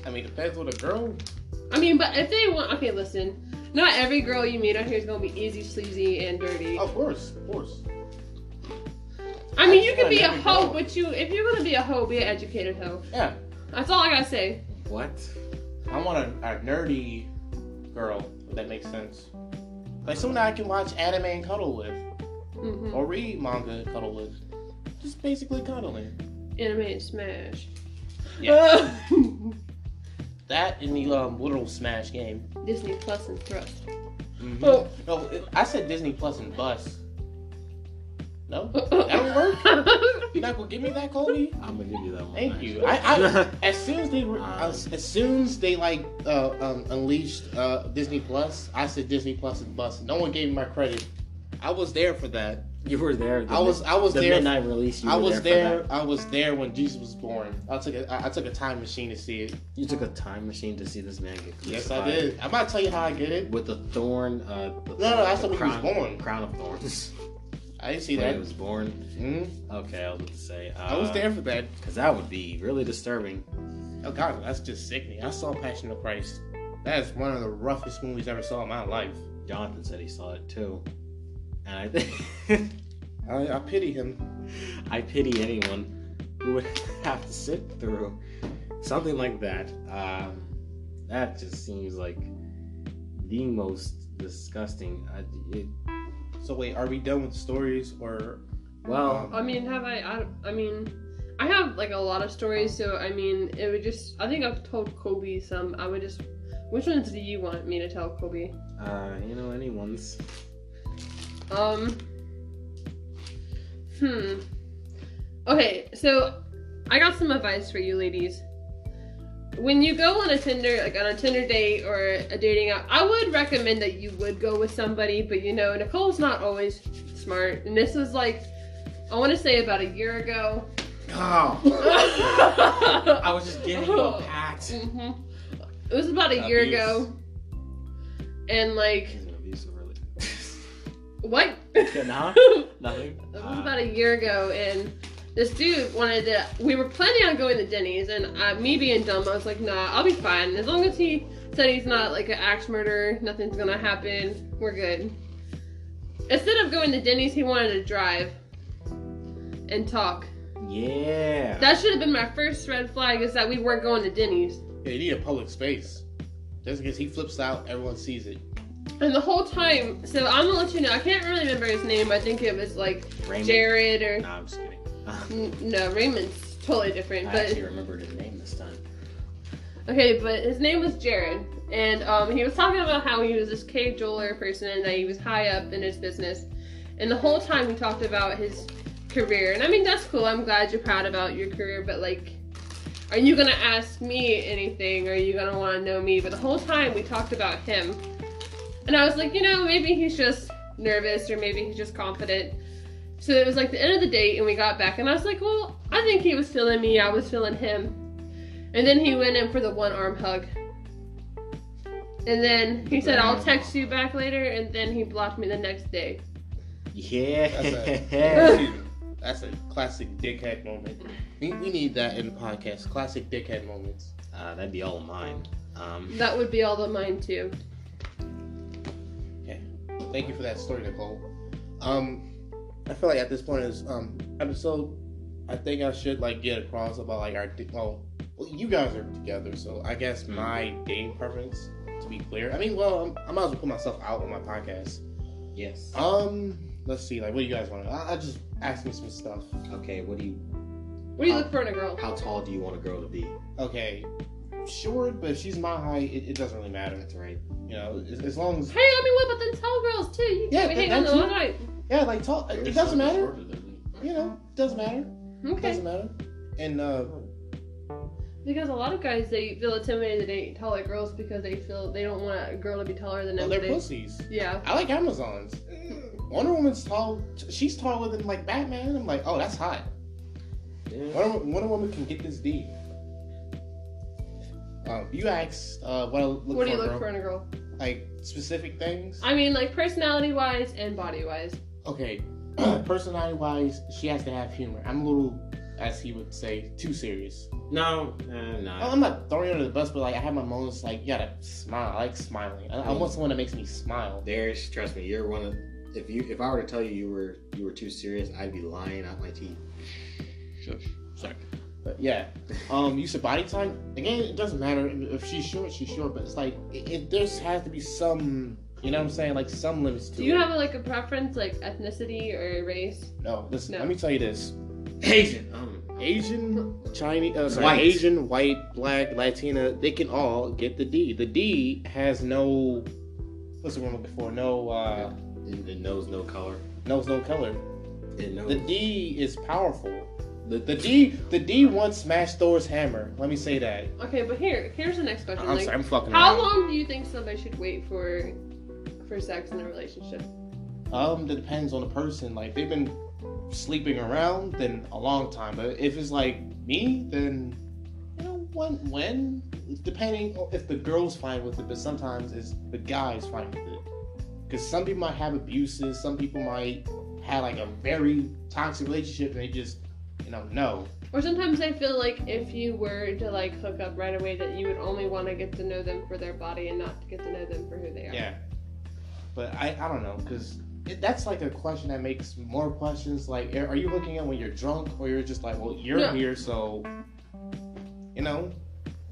S1: I mean, depends on the girl.
S3: I mean, but if they want, okay, listen. Not every girl you meet out here is gonna be easy, sleazy, and dirty.
S1: Of course, of course.
S3: I mean, you
S1: Not
S3: can be a
S1: every
S3: hoe,
S1: girl.
S3: but you, if you're gonna be a hoe, be an educated hoe.
S1: Yeah,
S3: That's all I gotta say.
S2: What?
S1: I want a, a nerdy girl. If that makes sense. Like someone I can watch anime and cuddle with,
S3: hmm
S1: or read manga and cuddle with. Just basically cuddling.
S3: Animated smash.
S1: *laughs* Yeah. That in the um, literal Smash *laughs* game.
S3: *laughs* Disney Plus and Thrust.
S1: Oh, no, it- I said Disney Plus and Bus. No, that'll work. *laughs*
S3: *laughs*
S1: You're not gonna give me that, Colby.
S2: I'm gonna give you that one.
S1: Thank you.
S2: actually. *laughs*
S1: I- As soon as they, were,
S2: Um,
S1: as, as soon as they like uh, um, unleashed uh, Disney Plus, I said Disney Plus and Bus. No one gave me my credit. I was there for that.
S2: you were there. the
S1: I was,
S2: mid-
S1: I was
S2: the
S1: there.
S2: midnight release. You
S1: I
S2: were
S1: was
S2: there. for
S1: there.
S2: that.
S1: I was there when Jesus was born. I took a, I I took a time machine to see it.
S2: You took a time machine to see this man get crucified.
S1: Yes, I did. I'm about to tell you how I get it.
S2: With a thorn. Uh, the,
S1: no,
S2: the
S1: that's when he was
S2: crown,
S1: born.
S2: Crown of thorns.
S1: I didn't see
S2: when
S1: that.
S2: he was born.
S1: hmm
S2: Okay, I was about to say. Uh,
S1: I was there for that.
S2: Because that would be really disturbing.
S1: Oh God, that's just sickening. I saw Passion of Christ. That is one of the roughest movies I ever saw in my life.
S2: Jonathan said he saw it too. And I think *laughs*
S1: I, I pity him.
S2: I pity anyone who would *laughs* have to sit through something like that. Um, that just seems like the most disgusting. I, it,
S1: So wait, are we done with stories or?
S2: well,
S3: I mean, have I, I? I mean, I have like a lot of stories, so I mean, it would just. I think I've told Kobe some. I would just. Which ones do you want me to tell Kobe?
S2: uh, you know, anyone's.
S3: Um. Hmm. Okay, so I got some advice for you ladies. When you go on a Tinder, like on a Tinder date or a dating app, I would recommend that you would go with somebody, but you know, Nicole's not always smart. And this was like, I want to say about a year ago.
S2: Oh, *laughs*
S3: hmm
S2: I was just giving you a pat.
S3: Mm-hmm. It was about a year
S2: Abuse.
S3: ago. And
S2: *laughs*
S3: like,
S2: He's an abusive relationship.
S3: what? *laughs*
S2: Nah, nothing.
S3: It was
S2: Uh,
S3: about a year ago, and this dude wanted to. We were planning on going to Denny's, and uh, me being dumb, I was like, "Nah, I'll be fine as long as he said he's not like an axe murderer, nothing's gonna happen, we're good. Instead of going to Denny's, he wanted to drive and talk.
S2: Yeah.
S3: That should have been my first red flag is that we weren't going to Denny's.
S1: Yeah, you need a public space. Just because he flips out, everyone sees it.
S3: And the whole time, so I'm gonna let you know, I can't really remember his name. I think it was like
S2: Raymond.
S3: Jared or.
S2: No, I'm just kidding. *laughs*
S3: N- No, Raymond's totally different.
S2: I
S3: but
S2: actually remembered his name this time.
S3: Okay, but his name was Jared, and um, he was talking about how he was this cave jeweler person and that he was high up in his business. And the whole time he talked about his career. And I mean, that's cool. I'm glad you're proud about your career, but like, are you gonna ask me anything? Are you gonna want to know me? But the whole time we talked about him, and I was like, you know, maybe he's just nervous or maybe he's just confident. So it was like the end of the date, and we got back, and I was like, well, I think he was feeling me. I was feeling him. And then he went in for the one arm hug. And then he said, I'll text you back later. And then he blocked me the next day.
S2: Yeah.
S1: That's
S2: *laughs*
S3: a-
S1: That's a classic dickhead moment. We, we need that in the podcast. Classic dickhead moments.
S2: uh, that'd be all of mine. Um,
S3: That would be all of mine, too.
S1: Thank you for that story, Nicole. Um, I feel like at this point is um episode. I think I should like get across about like our di- well, well, you guys are together, so I guess my dating preference. To be clear, I mean, well, i I might as well put myself out on my podcast.
S2: yes.
S1: Um, let's see, like, what do you guys want? I, I just ask me some stuff.
S2: Okay. What do you?
S3: What
S1: Oh.
S3: do you look for in a girl?
S2: How tall do you want a girl to be?
S1: Okay, short, but if she's my height, it, it doesn't really matter.
S2: That's right.
S1: You know, as, as long as
S3: Hey, I mean, what about them tall girls, too? You
S1: Yeah,
S3: can't hate
S1: that-
S3: on
S1: that
S3: the one night.
S1: yeah, like tall, it it doesn't matter. You know, it doesn't matter. It
S3: Okay.
S1: doesn't matter. And uh,
S3: Because a lot of guys, they feel intimidated to date taller girls because they feel they don't want a girl to be taller than
S1: well,
S3: them.
S1: they're
S3: They-
S1: pussies.
S3: Yeah.
S1: I like Amazons. Wonder Woman's tall. She's taller than like Batman. I'm like, oh, that's hot.
S2: Yeah.
S1: Wonder, Wonder Woman can get this deep. Um, you asked uh, what I look
S3: What
S1: for,
S3: do you look
S1: bro.
S3: for in a girl?
S1: Like specific things.
S3: I mean, like personality wise and body wise.
S1: okay, *clears throat* personality wise, she has to have humor. I'm a little, as he would say, too serious.
S2: No. Uh, no.
S1: I'm not throwing her under the bus, but like I have my moments. Like you gotta smile. I like smiling. I, I want someone that makes me smile.
S2: There's trust me. You're one of. If you if I were to tell you you were you were too serious, I'd be lying out my teeth.
S1: Sorry, but yeah. Um, use of body type again. It doesn't matter if she's short. She's short, but it's like it, it, there's has to be some. You know what I'm saying? Like some limits to
S3: Do you
S1: it.
S3: have like a preference, like ethnicity or race?
S1: no, listen.
S3: No.
S1: Let me tell you this:
S2: Asian. Um.
S1: Asian, Chinese, uh, sorry,
S2: White.
S1: Asian, white, black, Latina. They can all get the D. The D has no. What's the word I'm looking for? No. Uh,
S2: It, it knows no color.
S1: knows no color.
S2: It knows
S1: The D is powerful.
S2: the,
S1: The D, the D once smashed Thor's hammer. Let me say that.
S3: Okay, but here, here's the next question.
S1: I'm
S3: like,
S1: sorry, I'm fucking.
S3: how
S1: around.
S3: long do you think somebody should wait for, for sex in a relationship?
S1: Um, that depends on the person. Like they've been sleeping around, then a long time. But if it's like me, then you know when, when depending on if the girl's fine with it. But sometimes it's the guy's fine with it. Because some people might have abuses. Some people might have like a very toxic relationship, and they just you know no.
S3: Or sometimes I feel like if you were to like hook up right away, that you would only want to get to know them for their body and not to get to know them for who they are.
S1: Yeah. But I, I don't know, because that's like a question that makes more questions. Like, are are you looking at when you're drunk, or you're just like, well, you're
S3: Yeah.
S1: here, so, you know?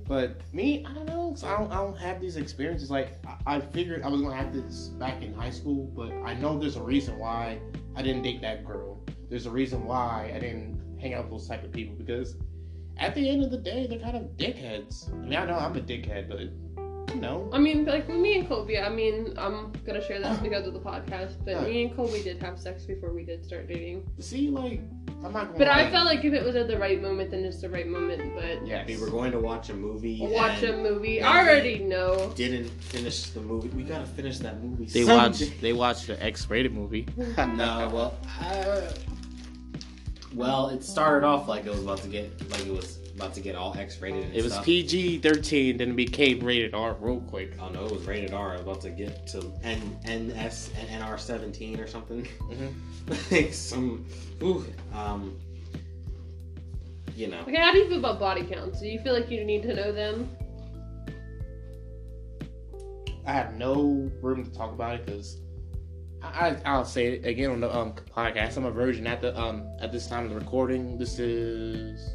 S1: But me, I don't know. 'cause I, don't, I don't have these experiences. Like, I, I figured I was going to have this back in high school, but I know there's a reason why I didn't date that girl. There's a reason why I didn't hang out with those type of people, because at the end of the day, they're kind of dickheads. I mean, I know I'm a dickhead, but, you know.
S3: I mean, like with me and Colby, I mean, I'm gonna share this because of the podcast, but me and Colby did have sex before we did start dating.
S1: See, like, I'm not going
S3: But I felt like if it was at the right moment, then it's the right moment. But
S1: Yes.
S2: If we're going to watch a movie,
S3: watch a
S2: and
S3: movie,
S2: Yeah.
S3: I already know.
S2: didn't finish the movie. We gotta finish that movie.
S1: They watch.
S2: someday.
S1: They watch the X-rated *laughs* movie.
S2: No, well, uh, well, it started off like it was about to get like it was about to get all X rated. and
S1: It was
S2: stuff.
S1: PG thirteen, then it became rated R real quick.
S2: Oh no, it was rated R. It was about to get to N NS and NR seventeen or something. *laughs*
S1: Mm-hmm.
S2: like some, ooh, um, you know,
S3: Okay, how do you feel about body counts? Do you feel like you need to know them?
S1: I have no room to talk about it because I, I I'll say it again on the um podcast. I'm a virgin at the um at this time of the recording. This is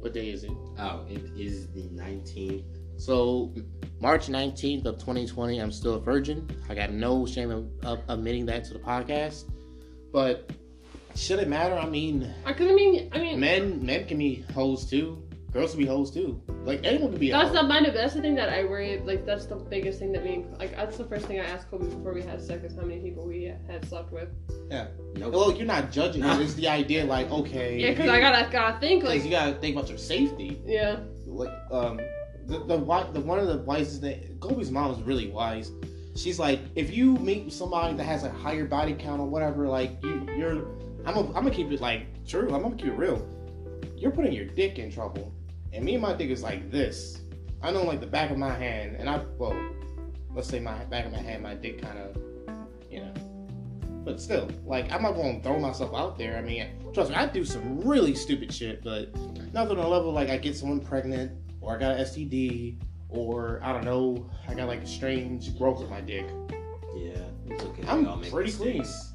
S1: what day is it?
S2: Oh, it is the 19th.
S1: So March 19th of 2020, I'm still a virgin. I got no shame of, of admitting that to the podcast. But should it matter? I mean,
S3: I couldn't mean. I mean,
S1: men men can be hoes too. Girls can be hoes too. Like anyone can be. a
S3: that's
S1: hoe.
S3: not mine. But that's the thing that I worry. Like that's the biggest thing that me. Like that's the first thing I asked Kobe before we had sex is how many people we had slept with.
S2: Nope.
S1: Well, you're not judging. it. It's the idea, like okay.
S3: Yeah, because I gotta gotta think
S1: 'cause you
S3: like
S1: gotta think about your safety.
S3: yeah.
S1: like um the the, wi- the one of the wisest that Kobe's mom is really wise. She's like, if you meet somebody that has a higher body count or whatever, like you you're I'm a, I'm gonna keep it like true. I'm gonna keep it real. You're putting your dick in trouble, and me and my dick is like this. I know like the back of my hand, and I well, let's say my back of my hand, my dick kind of, you know. But still, like I'm not gonna throw myself out there. I mean, trust me, I do some really stupid shit, but nothing on a level like I get someone pregnant or I got an STD or I don't know, I got like a strange growth in my dick.
S2: Yeah, it's okay. we all
S1: I'm
S2: make
S1: pretty clean.
S2: mistakes.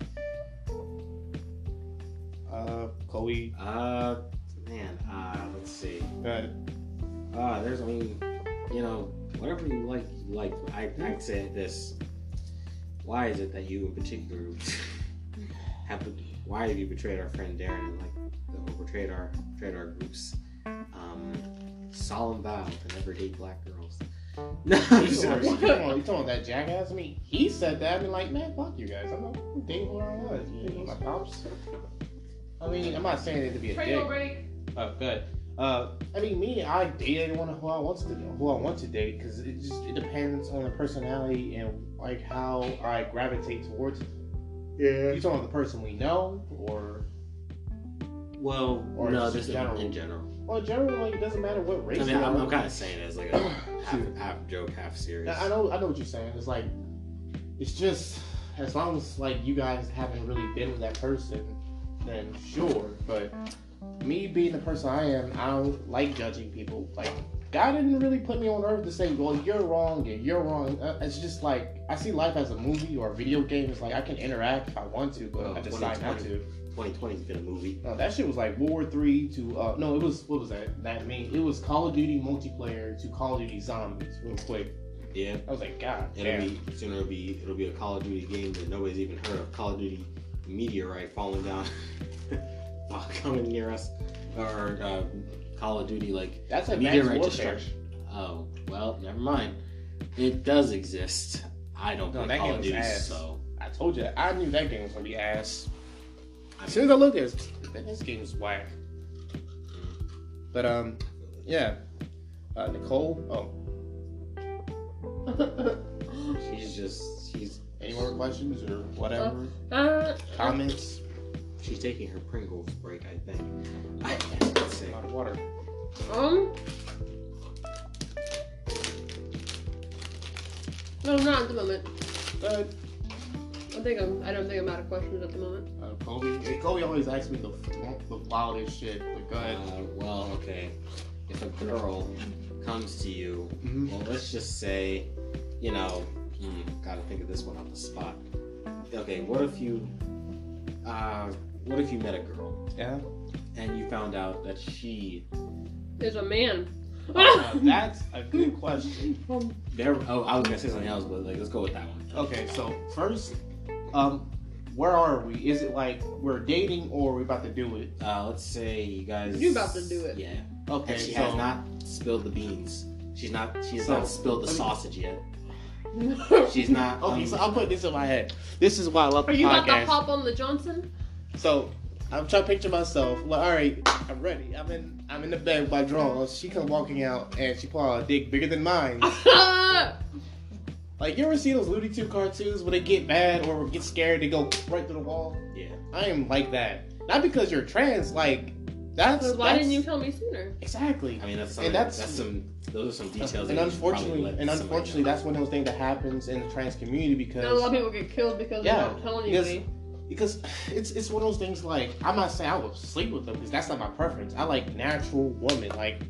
S1: Uh, Chloe,
S2: Uh, man. Uh, let's see.
S1: uh,
S2: Uh, there's. I mean, you know, whatever you like, you like. I I'd say this. Why is it that you in particular *laughs* have? Why have you betrayed our friend Darren and like or betrayed our betrayed our group's um, solemn vow to never date black girls? *laughs* No, I'm
S1: you talking, you
S2: *laughs* sorry.
S1: talking, you talking that jackass? I mean, he said that. I mean, like, man, fuck you guys. I'm not dating where I was. You know, my pops. I mean, I'm not saying it to be a dick.
S3: break.
S1: Oh, good. Uh, I mean, me, I date anyone who I want to who I want to date because it just it depends on the personality and like how I gravitate towards.
S4: Yeah.
S1: You talking about the person we know, or
S2: Well,
S1: Or
S2: no,
S1: just
S2: just
S1: in general.
S2: in general.
S1: well, generally, it doesn't matter what race.
S2: I mean,
S1: you
S2: I'm,
S1: are. *clears throat*
S2: I'm kind of saying it as like a half,
S1: Shoot.
S2: half joke, half serious.
S1: I I know, I know what you're saying. It's like, it's just as long as like you guys haven't really been with that person, then sure. But me being the person I am, I don't like judging people. Like God didn't really put me on earth to say, well, you're wrong and you're wrong. Uh, It's just like I see life as a movie or a video game. It's like I can interact if I want to, but
S2: Oh,
S1: I decide not
S2: 2020.
S1: to.
S2: 2020's been a movie.
S1: No, that shit was like World War Three to uh, no, it was what was that? That mean it was Call of Duty multiplayer to Call of Duty zombies real quick.
S2: Yeah,
S1: I was like, God,
S2: it'll
S1: damn.
S2: be soon. It'll be it'll be a Call of Duty game that nobody's even heard of. Call of Duty meteorite falling down, *laughs* fall- coming near us, or uh, Call of Duty like
S1: That's like
S2: meteorite
S1: Meteorite warfare.
S2: destruction. Oh well, never mind. It does exist. I don't
S1: No,
S2: play
S1: that
S2: Call
S1: game
S2: of
S1: was
S2: Duty,
S1: ass.
S2: so
S1: I told you, I knew that game was gonna be ass.
S2: I
S1: As soon as I looked at it, this game was whack. But um, yeah. Uh, Nicole, oh,
S2: she's just she's
S1: any more questions or whatever?
S3: Uh,
S1: Comments?
S2: she's taking her Pringles break. I think. I can't say.
S1: A lot of water.
S3: um. No, not at the moment.
S1: Good.
S3: I think I'm. I don't think I'm out of questions at the moment.
S1: Uh, Kobe, hey, Kobe always asks me the, the wildest shit. But go ahead.
S2: Uh, well, okay. If a girl comes to you,
S1: Mhm.
S2: well, let's just say, you know, hmm, gotta think of this one on the spot. Okay, what if you, uh, what if you met a girl
S1: Yeah.
S2: and you found out that she,
S3: There's a man. *laughs*
S1: Uh, that's a good question.
S2: there? Oh, I was gonna say something else, but like, let's go with that one.
S1: Okay, so first, um, where are we? Is it like we're dating or we about to do it?
S2: Uh, let's say you guys.
S3: You about to do it.
S2: Yeah.
S1: Okay,
S2: and she
S1: so
S2: has not spilled the beans. She's not. She's
S1: So,
S2: not spilled the
S1: let me-
S2: sausage yet. She's not.
S1: Okay,
S2: um,
S1: so I'll put this in my head. This is why I love
S3: *laughs* Are
S1: the
S3: you about
S1: podcast.
S3: to hop on
S1: *laughs*
S3: the Johnson? *laughs*
S1: so I'm trying to picture myself. Well, all right, I'm ready. I'm in. I'm in the bed with my drawers. She come walking out and she pull out a dick bigger than mine. Like you ever see those Looney Tune cartoons where they get mad or get scared, they go right through the wall.
S2: yeah.
S1: I am like that. Not because you're trans. Like that's
S3: So why
S1: that's-
S3: didn't you tell me sooner?
S1: exactly.
S2: I mean, that's,
S1: And
S2: something-
S1: that's-
S2: that's some. Those are some details.
S1: and
S2: that you should probably
S1: unfortunately,
S2: let
S1: and
S2: somebody
S1: unfortunately,
S2: know.
S1: that's one of those things that happens in the trans community because
S3: Now, a lot of people get killed because
S1: Yeah,
S3: they don't tell
S1: because-
S3: anybody.
S1: because it's it's one of those things like I'm not saying I will sleep with them because that's not my preference. I like natural woman, like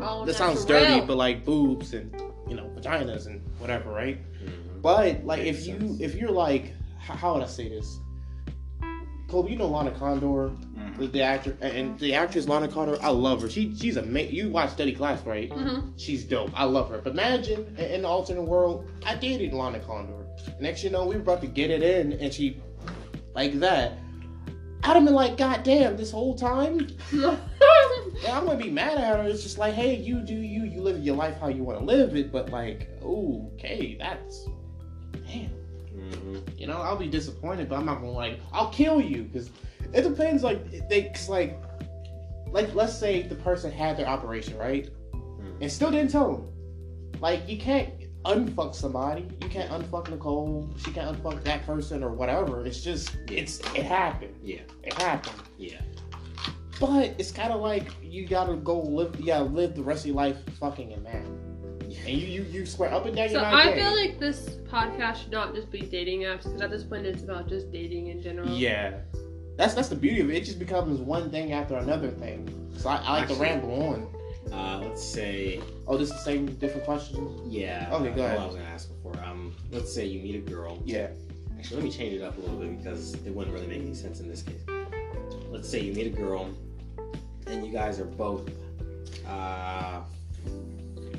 S3: Oh,
S1: that sounds
S3: natural. *laughs*
S1: dirty, but like boobs and you know vaginas and whatever, right?
S2: Mhm.
S1: But like,
S2: Makes
S1: if you
S2: sense.
S1: if you're like, h- how would I say this? Kobe, you know Lana Condor,
S2: Mm-hmm.
S1: the, the actor, and the actress Lana Condor. I love her. She she's a You watch Steady Class, right?
S3: Mm-hmm.
S1: She's dope. I love her. But imagine in in the alternate world, I dated Lana Condor. Next, you know, we were about to get it in, and she, like that. I'd have been like, God damn, this whole time? Yeah, I'm gonna be mad at her. It's just like, hey, you do you, you live your life how you wanna live it, but like, ooh, okay, that's. Damn.
S2: Mhm.
S1: You know, I'll be disappointed, but I'm not gonna like, I'll kill you. Cause it depends, like, they, cause like, like, let's say the person had their operation, right?
S2: Mhm.
S1: and still didn't tell him. Like you can't unfuck somebody. You can't unfuck Nicole. She can't unfuck that person or whatever. It's just it's it happened.
S2: Yeah.
S1: It happened.
S2: Yeah.
S1: But it's kind of like you gotta go live. You gotta live the rest of your life fucking a man. And
S2: Yeah.
S1: you you you swear up and down
S3: So
S1: your
S3: I feel like this podcast should not just be dating apps because at this point it's about just dating in general.
S1: yeah. That's that's the beauty of it. It just becomes one thing after another thing. So I, I like
S2: Actually-
S1: to ramble on.
S2: Uh, let's say
S1: Oh, this is the same different question.
S2: yeah.
S1: Okay,
S2: uh,
S1: go ahead.
S2: What I was gonna ask before. Um, let's say you meet a girl.
S1: Yeah.
S2: Actually, let me change it up a little bit because it wouldn't really make any sense in this case. Let's say you meet a girl, and you guys are both uh,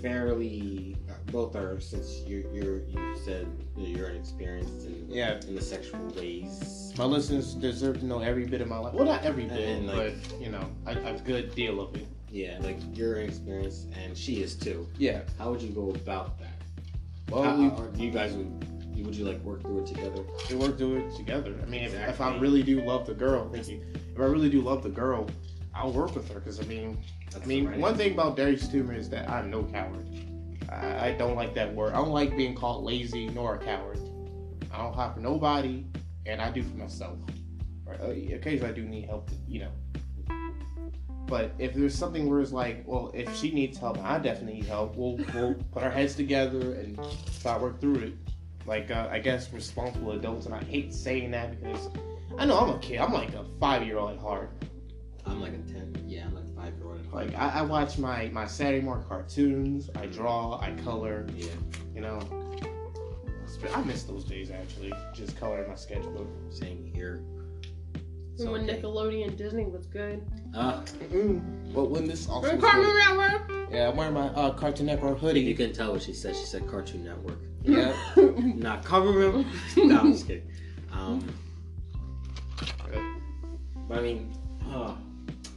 S2: fairly uh, both are since you're, you're you said that you're inexperienced in,
S1: Yeah.
S2: in the sexual ways.
S1: My listeners deserve to know every bit of my life. Well, not every bit,
S2: And, like-
S1: but you know, a, a good deal of it.
S2: Yeah, like you're inexperienced, and she is too.
S1: Yeah.
S2: How would you go about that?
S1: Well,
S2: How-
S1: we,
S2: or do you guys would you- would you like work through it together?
S1: we work through it together. I mean, if, if I
S2: Exactly.
S1: really do love the girl, thank you. If I really do love the girl, I'll work with her. Because I mean, I mean, one thing about Darius Tumor is that I'm no coward. I, I don't like that word. I don't like being called lazy nor a coward. I don't hide for nobody, and I do for myself. Right? uh, Occasionally, I do need help, you know. But if there's something where it's like, well, if she needs help, I definitely need help. We'll we'll put our heads together and try to work through it. Like uh, I guess responsible adults, and I hate saying that because I know I'm a kid. I'm like a five year old at heart.
S2: I'm like a ten. Yeah, I'm like a five year old.
S1: Like I, I watch my my Saturday morning cartoons. I draw. I color.
S2: yeah.
S1: You know, I miss those days actually. Just coloring my sketchbook.
S2: Same here.
S3: And when
S2: okay.
S3: Nickelodeon Disney was good.
S2: Uh,
S1: Mm-mm. Mm-hmm. Well, when this also
S3: From
S1: was
S3: Cartoon
S1: good-
S3: Network.
S1: yeah, I'm wearing my uh, Cartoon Network hoodie.
S2: if you can tell what she said, she said Cartoon Network.
S1: yeah,
S2: Not cover *laughs* No, I'm just kidding. Um, but I mean, uh,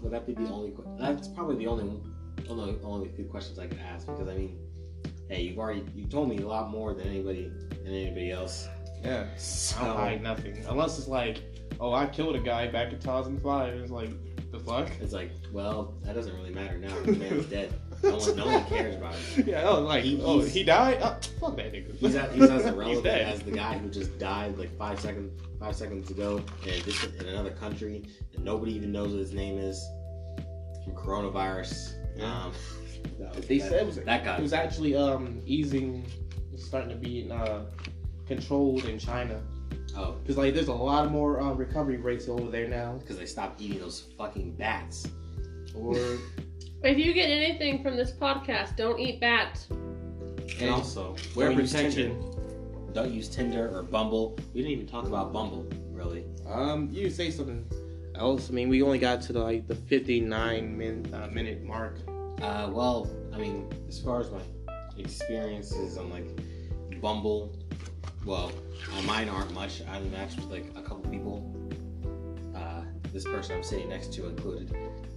S2: would that be the only? que- That's probably the only, only, only few questions I could ask because I mean, hey, you've already you told me a lot more than anybody than anybody else.
S1: yeah. I don't
S2: So
S1: hide nothing unless it's like, oh, I killed a guy back in 2005. It's like the fuck.
S2: it's like, well, that doesn't really
S1: *laughs*
S2: matter now. The man's dead. No one, no one cares about him.
S1: Yeah, I was like,
S2: He-
S1: oh,
S2: he's-
S1: he died. Oh, fuck that nigga.
S2: He's, a- he's
S1: *laughs*
S2: as
S1: He's
S2: irrelevant
S1: dead.
S2: as the guy who just died like five seconds five seconds ago in, this, in another country that nobody even knows what his name is from coronavirus.
S1: Yeah.
S2: Um, that was-
S1: They
S2: that-
S1: said it was
S2: that guy.
S1: It was actually um easing, it's starting to be uh, controlled in China
S2: oh,
S1: because like there's a lot more uh, recovery rates over there now.
S2: because they stopped eating those fucking bats.
S1: *laughs* Or
S3: If you get anything from this podcast, don't eat bats.
S2: And
S1: also
S2: wear protection. Don't use Tinder or Bumble. We didn't even talk about Bumble, really.
S1: Um, you say something else. I mean, we only got to the, like the 59 min, uh, minute mark.
S2: Uh, well, I mean, as far as my experiences on like Bumble, well, uh, mine aren't much. I'm matched with like a couple people. Uh, this person I'm sitting next to included,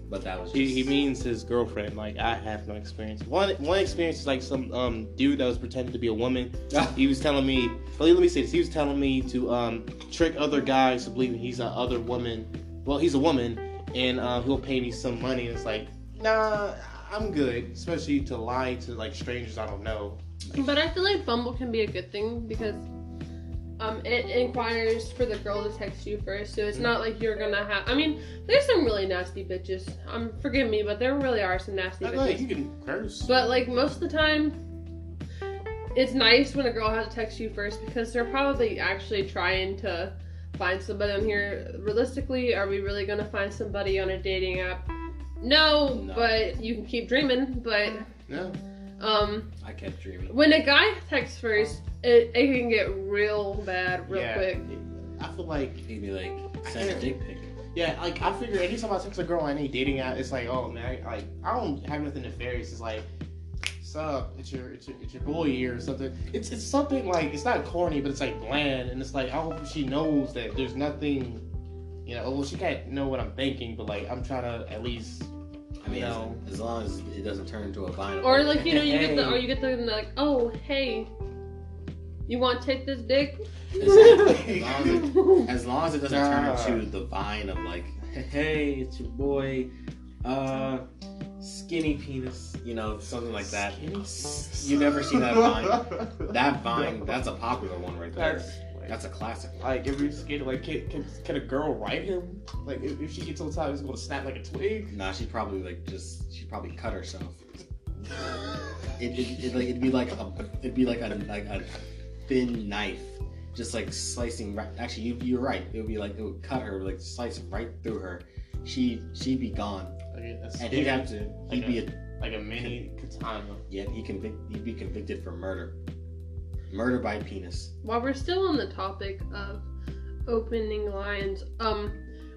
S2: but that was just,
S1: He, he means his girlfriend. Like I have no experience. One one experience is like some um dude that was pretending to be a woman. He was telling me. Well, let me say this. He was telling me to um trick other guys to believing he's a other woman. Well, he's a woman, and uh, he'll pay me some money. And it's like, nah, I'm good. Especially to lie to like strangers I don't know.
S3: But I feel like Bumble can be a good thing because um, it inquires for the girl to text you first, so it's
S1: Mm.
S3: not like you're gonna have. I mean, there's some really nasty bitches. Um, forgive me, but there really are some nasty
S1: Like,
S3: bitches.
S1: like, you can curse.
S3: But like most of the time, it's nice when a girl has to text you first because they're probably actually trying to find somebody on here. Realistically, are we really gonna find somebody on a dating app? No,
S2: No.
S3: but you can keep dreaming. But
S1: no.
S3: Um,
S2: I kept dreaming.
S3: when a guy texts first, it, it can get real bad real
S1: Yeah.
S3: quick.
S1: I feel like
S2: He'd be like, send a dick pic.
S1: Yeah, like I figure anytime I text a girl on any dating app, it's like, oh man, I- like I don't have nothing nefarious. It's like, sup, it's your it's your, it's your boy here or something. It's it's something like it's not corny, but it's like bland, and it's like I hope she knows that there's nothing, you know. Well, she can't know what I'm thinking, but like I'm trying to at least,
S2: I mean,
S1: No.
S2: as, as long as it doesn't turn into a violent.
S3: Or like you know you get the
S1: Hey.
S3: or you get the like oh hey, you want to take this
S1: *laughs*
S3: dick? *laughs*
S2: Exactly. As long as it-
S3: Wait,
S2: As long as it doesn't turn
S1: God.
S2: into the vine of like, hey, it's your boy, uh, skinny penis, you know, something like that.
S1: Skinny?
S2: You never see
S1: *laughs*
S2: that vine. That vine, that's a popular one right there.
S1: That's-
S2: That's a classic. one.
S1: Like if you scared, like can, can, can a girl ride him? Like if, if she gets on top, it's gonna snap like a *laughs* twig.
S2: Nah, she'd probably like just she'd probably cut herself. It, it, it like it'd be like a it'd be like a like a thin knife, just like slicing right. Actually, you, you're right. It would be like it would cut her, like slice right through her. She she'd be gone,
S1: Okay, that's
S2: and he'd have to he'd be a,
S1: like a mini katana.
S2: yeah he convict he'd be convicted for murder, murder by penis.
S3: While we're still on the topic of opening lines, um,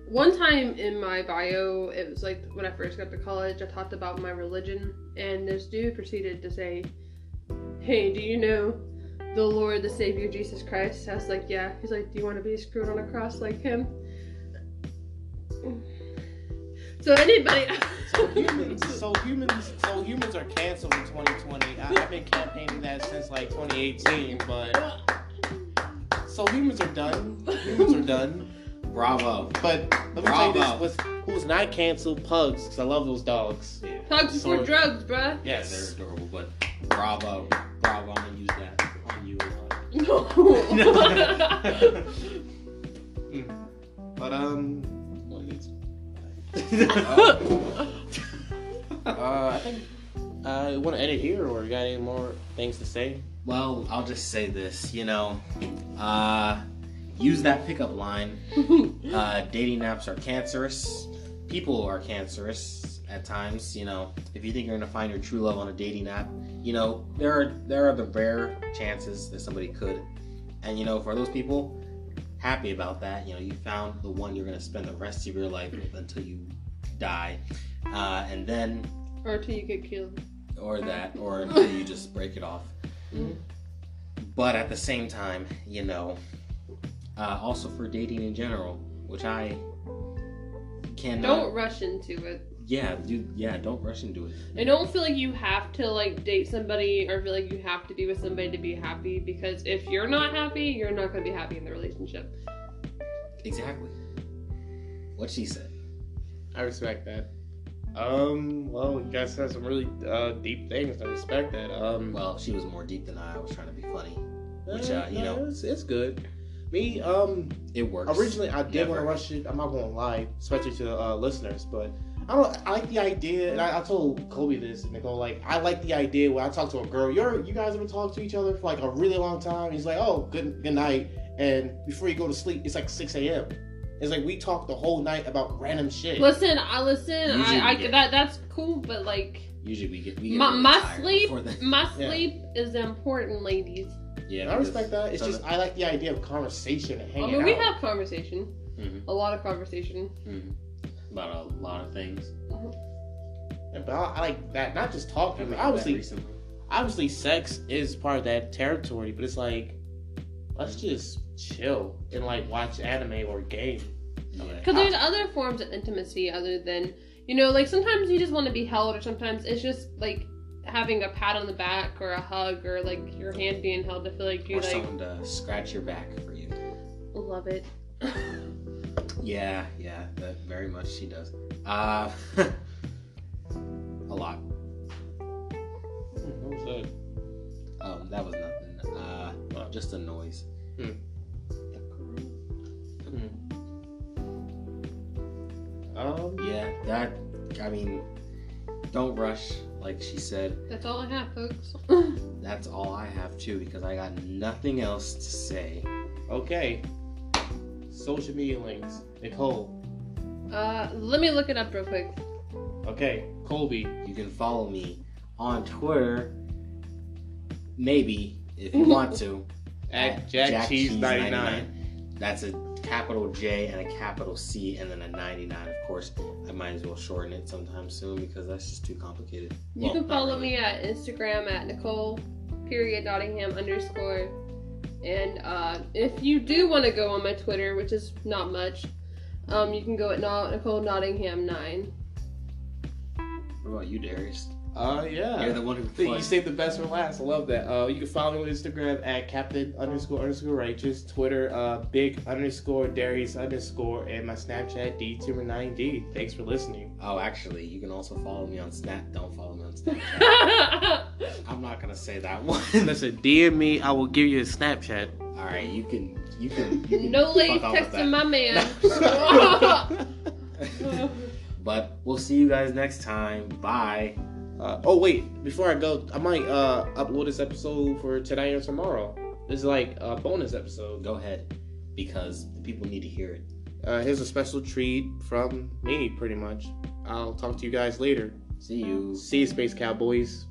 S3: one time in my bio, it was like when I first got to college, I talked about my religion, and this dude proceeded to say, "Hey, do you know the Lord, the Savior, Jesus Christ?" I was like, "Yeah." He's like, "Do you want to be screwed on a cross like him?" So
S1: *laughs*
S3: anybody, *laughs*
S1: So humans, so humans, so humans are canceled in 2020. I, I've been campaigning that since like 2018, but so humans are done. Humans are done.
S2: Bravo.
S1: But let me tell you
S2: Bravo.
S1: this: was who's not canceled? Pugs, because I love those dogs.
S2: Yeah,
S3: thugs before
S1: Sorry.
S3: drugs, bruh.
S2: yeah, they're adorable, but bravo, bravo. I'm gonna use that on you.
S3: No.
S1: But um, what is- *laughs* uh, I think uh, want to edit here, or you got any more things to say?
S2: Well, I'll just say this, you know, uh, use that pickup line.
S3: *laughs*
S2: Uh, dating apps are cancerous. People are cancerous at times, you know. If you think you're gonna find your true love on a dating app, you know there are there are the rare chances that somebody could, and you know for those people, happy about that. You know, you found the one you're gonna spend the rest of your life with until you die, uh, and then
S3: or till you get killed.
S2: or that,
S3: *laughs*
S2: or until you just break it off.
S3: Mm-hmm.
S1: Mhm.
S2: But at the same time, you know, uh, also for dating in general, which I cannot.
S3: Don't rush into it.
S2: Yeah, dude. Yeah, don't rush into it.
S3: I don't feel like you have to like date somebody or feel like you have to be with somebody to be happy because if you're not happy, you're not going to be happy in the relationship.
S2: Exactly. What she said.
S1: I respect that. Um, well, you guys said some really uh, deep things. I respect that.
S3: Mm-hmm.
S1: Um,
S2: Well, she was more deep than I. I was trying to be funny. Which,
S1: eh,
S2: uh, you
S1: no,
S2: know-
S1: it's, it's good. Me, um,
S2: It works.
S1: Originally, I did want to
S2: Never.
S1: rush it. I'm not going to lie, especially to the uh, listeners, but I don't. I like the idea, and I, I told Kobe this, and Nicole, like I like the idea when I talk to a girl. You're you guys ever talk to each other for like a really long time? He's like, oh, good good night, and before you go to sleep, it's like 6 a.m. It's like we talk the whole night about random shit.
S3: Listen, I listen.
S2: Usually
S3: I, I
S2: we get-
S3: that that's cool, but like
S2: Usually we get we get
S3: my,
S2: really
S3: my
S2: tired
S3: sleep,
S2: before
S3: *laughs*
S2: then.
S3: my
S1: Yeah.
S3: sleep is important, ladies.
S2: Yeah,
S1: And I
S2: because-
S1: respect that. It's
S2: so
S1: just I like the idea of conversation and
S3: I
S1: hanging
S3: mean, we
S1: out. Mm-hmm.
S3: have conversation,
S2: Mhm.
S3: a lot of conversation.
S2: Mhm. about a lot of things.
S1: Yeah, but I, I like that, not just talking.
S2: Haven't
S1: but
S2: done that
S1: Obviously,
S2: recently.
S1: obviously sex is part of that territory, but it's like let's just chill and like watch anime or game.
S2: Yeah.
S3: Because there's other forms of intimacy other than, you know, like sometimes you just want to be held, or sometimes it's just like having a pat on the back or a hug or like your hand being held to feel like you
S2: Or
S3: like
S2: someone to scratch your back for you.
S3: love it.
S2: Yeah, yeah, that very much she does. Uh, *laughs* a lot.
S1: What was that?
S2: Um, that was nothing. Uh, well, just a noise.
S1: Hmm. Um,
S2: Yeah, that. I mean, don't rush. Like she said,
S3: That's all I have, folks.
S2: that's all I have too because I got nothing else to say.
S1: okay. Social media links. Nicole.
S3: uh, let me look it up real quick.
S1: Okay. Colby.
S2: You can follow me on Twitter maybe if you want to.
S4: At Jack, Cheese, 99.
S2: That's a capital J and a capital C and then a 99. Of course, I might as well shorten it sometime soon because that's just too complicated.
S3: You can follow me at Instagram at Nicole period Nottingham underscore. And uh, if you do want to go on my Twitter, which is not much, um, you can go at no- Nicole Nottingham nine. *laughs*
S2: What about you, Darius?
S1: Uh, yeah.
S2: You're the one who
S1: Think You
S2: plugged.
S1: saved the best for last. I love that. Uh, you can follow me on Instagram at Captain underscore underscore righteous, Twitter uh, big underscore Darius underscore, and my Snapchat D Tumor 9D. Thanks for listening.
S2: Oh, actually, you can also follow me on Snap. Don't follow me on
S3: *laughs*
S2: Snap. I'm not gonna say that one.
S1: *laughs*
S2: *laughs*
S1: Listen, DM me. I will give you a *laughs* Snapchat.
S2: All right, you can, you can, you can
S3: no
S2: fuck
S3: ladies
S2: off with
S3: texting
S2: that.
S3: my man.
S2: *laughs*
S3: *laughs*
S1: uh,
S2: But we'll see you guys next time. Bye.
S1: oh wait, before I go, I might uh, upload this episode for tonight or tomorrow. This is like a bonus episode.
S2: Go ahead, because the people need to hear it.
S1: Uh, here's a special treat from me, pretty much. I'll talk to you guys later.
S2: See you.
S1: See you, Space Cowboys.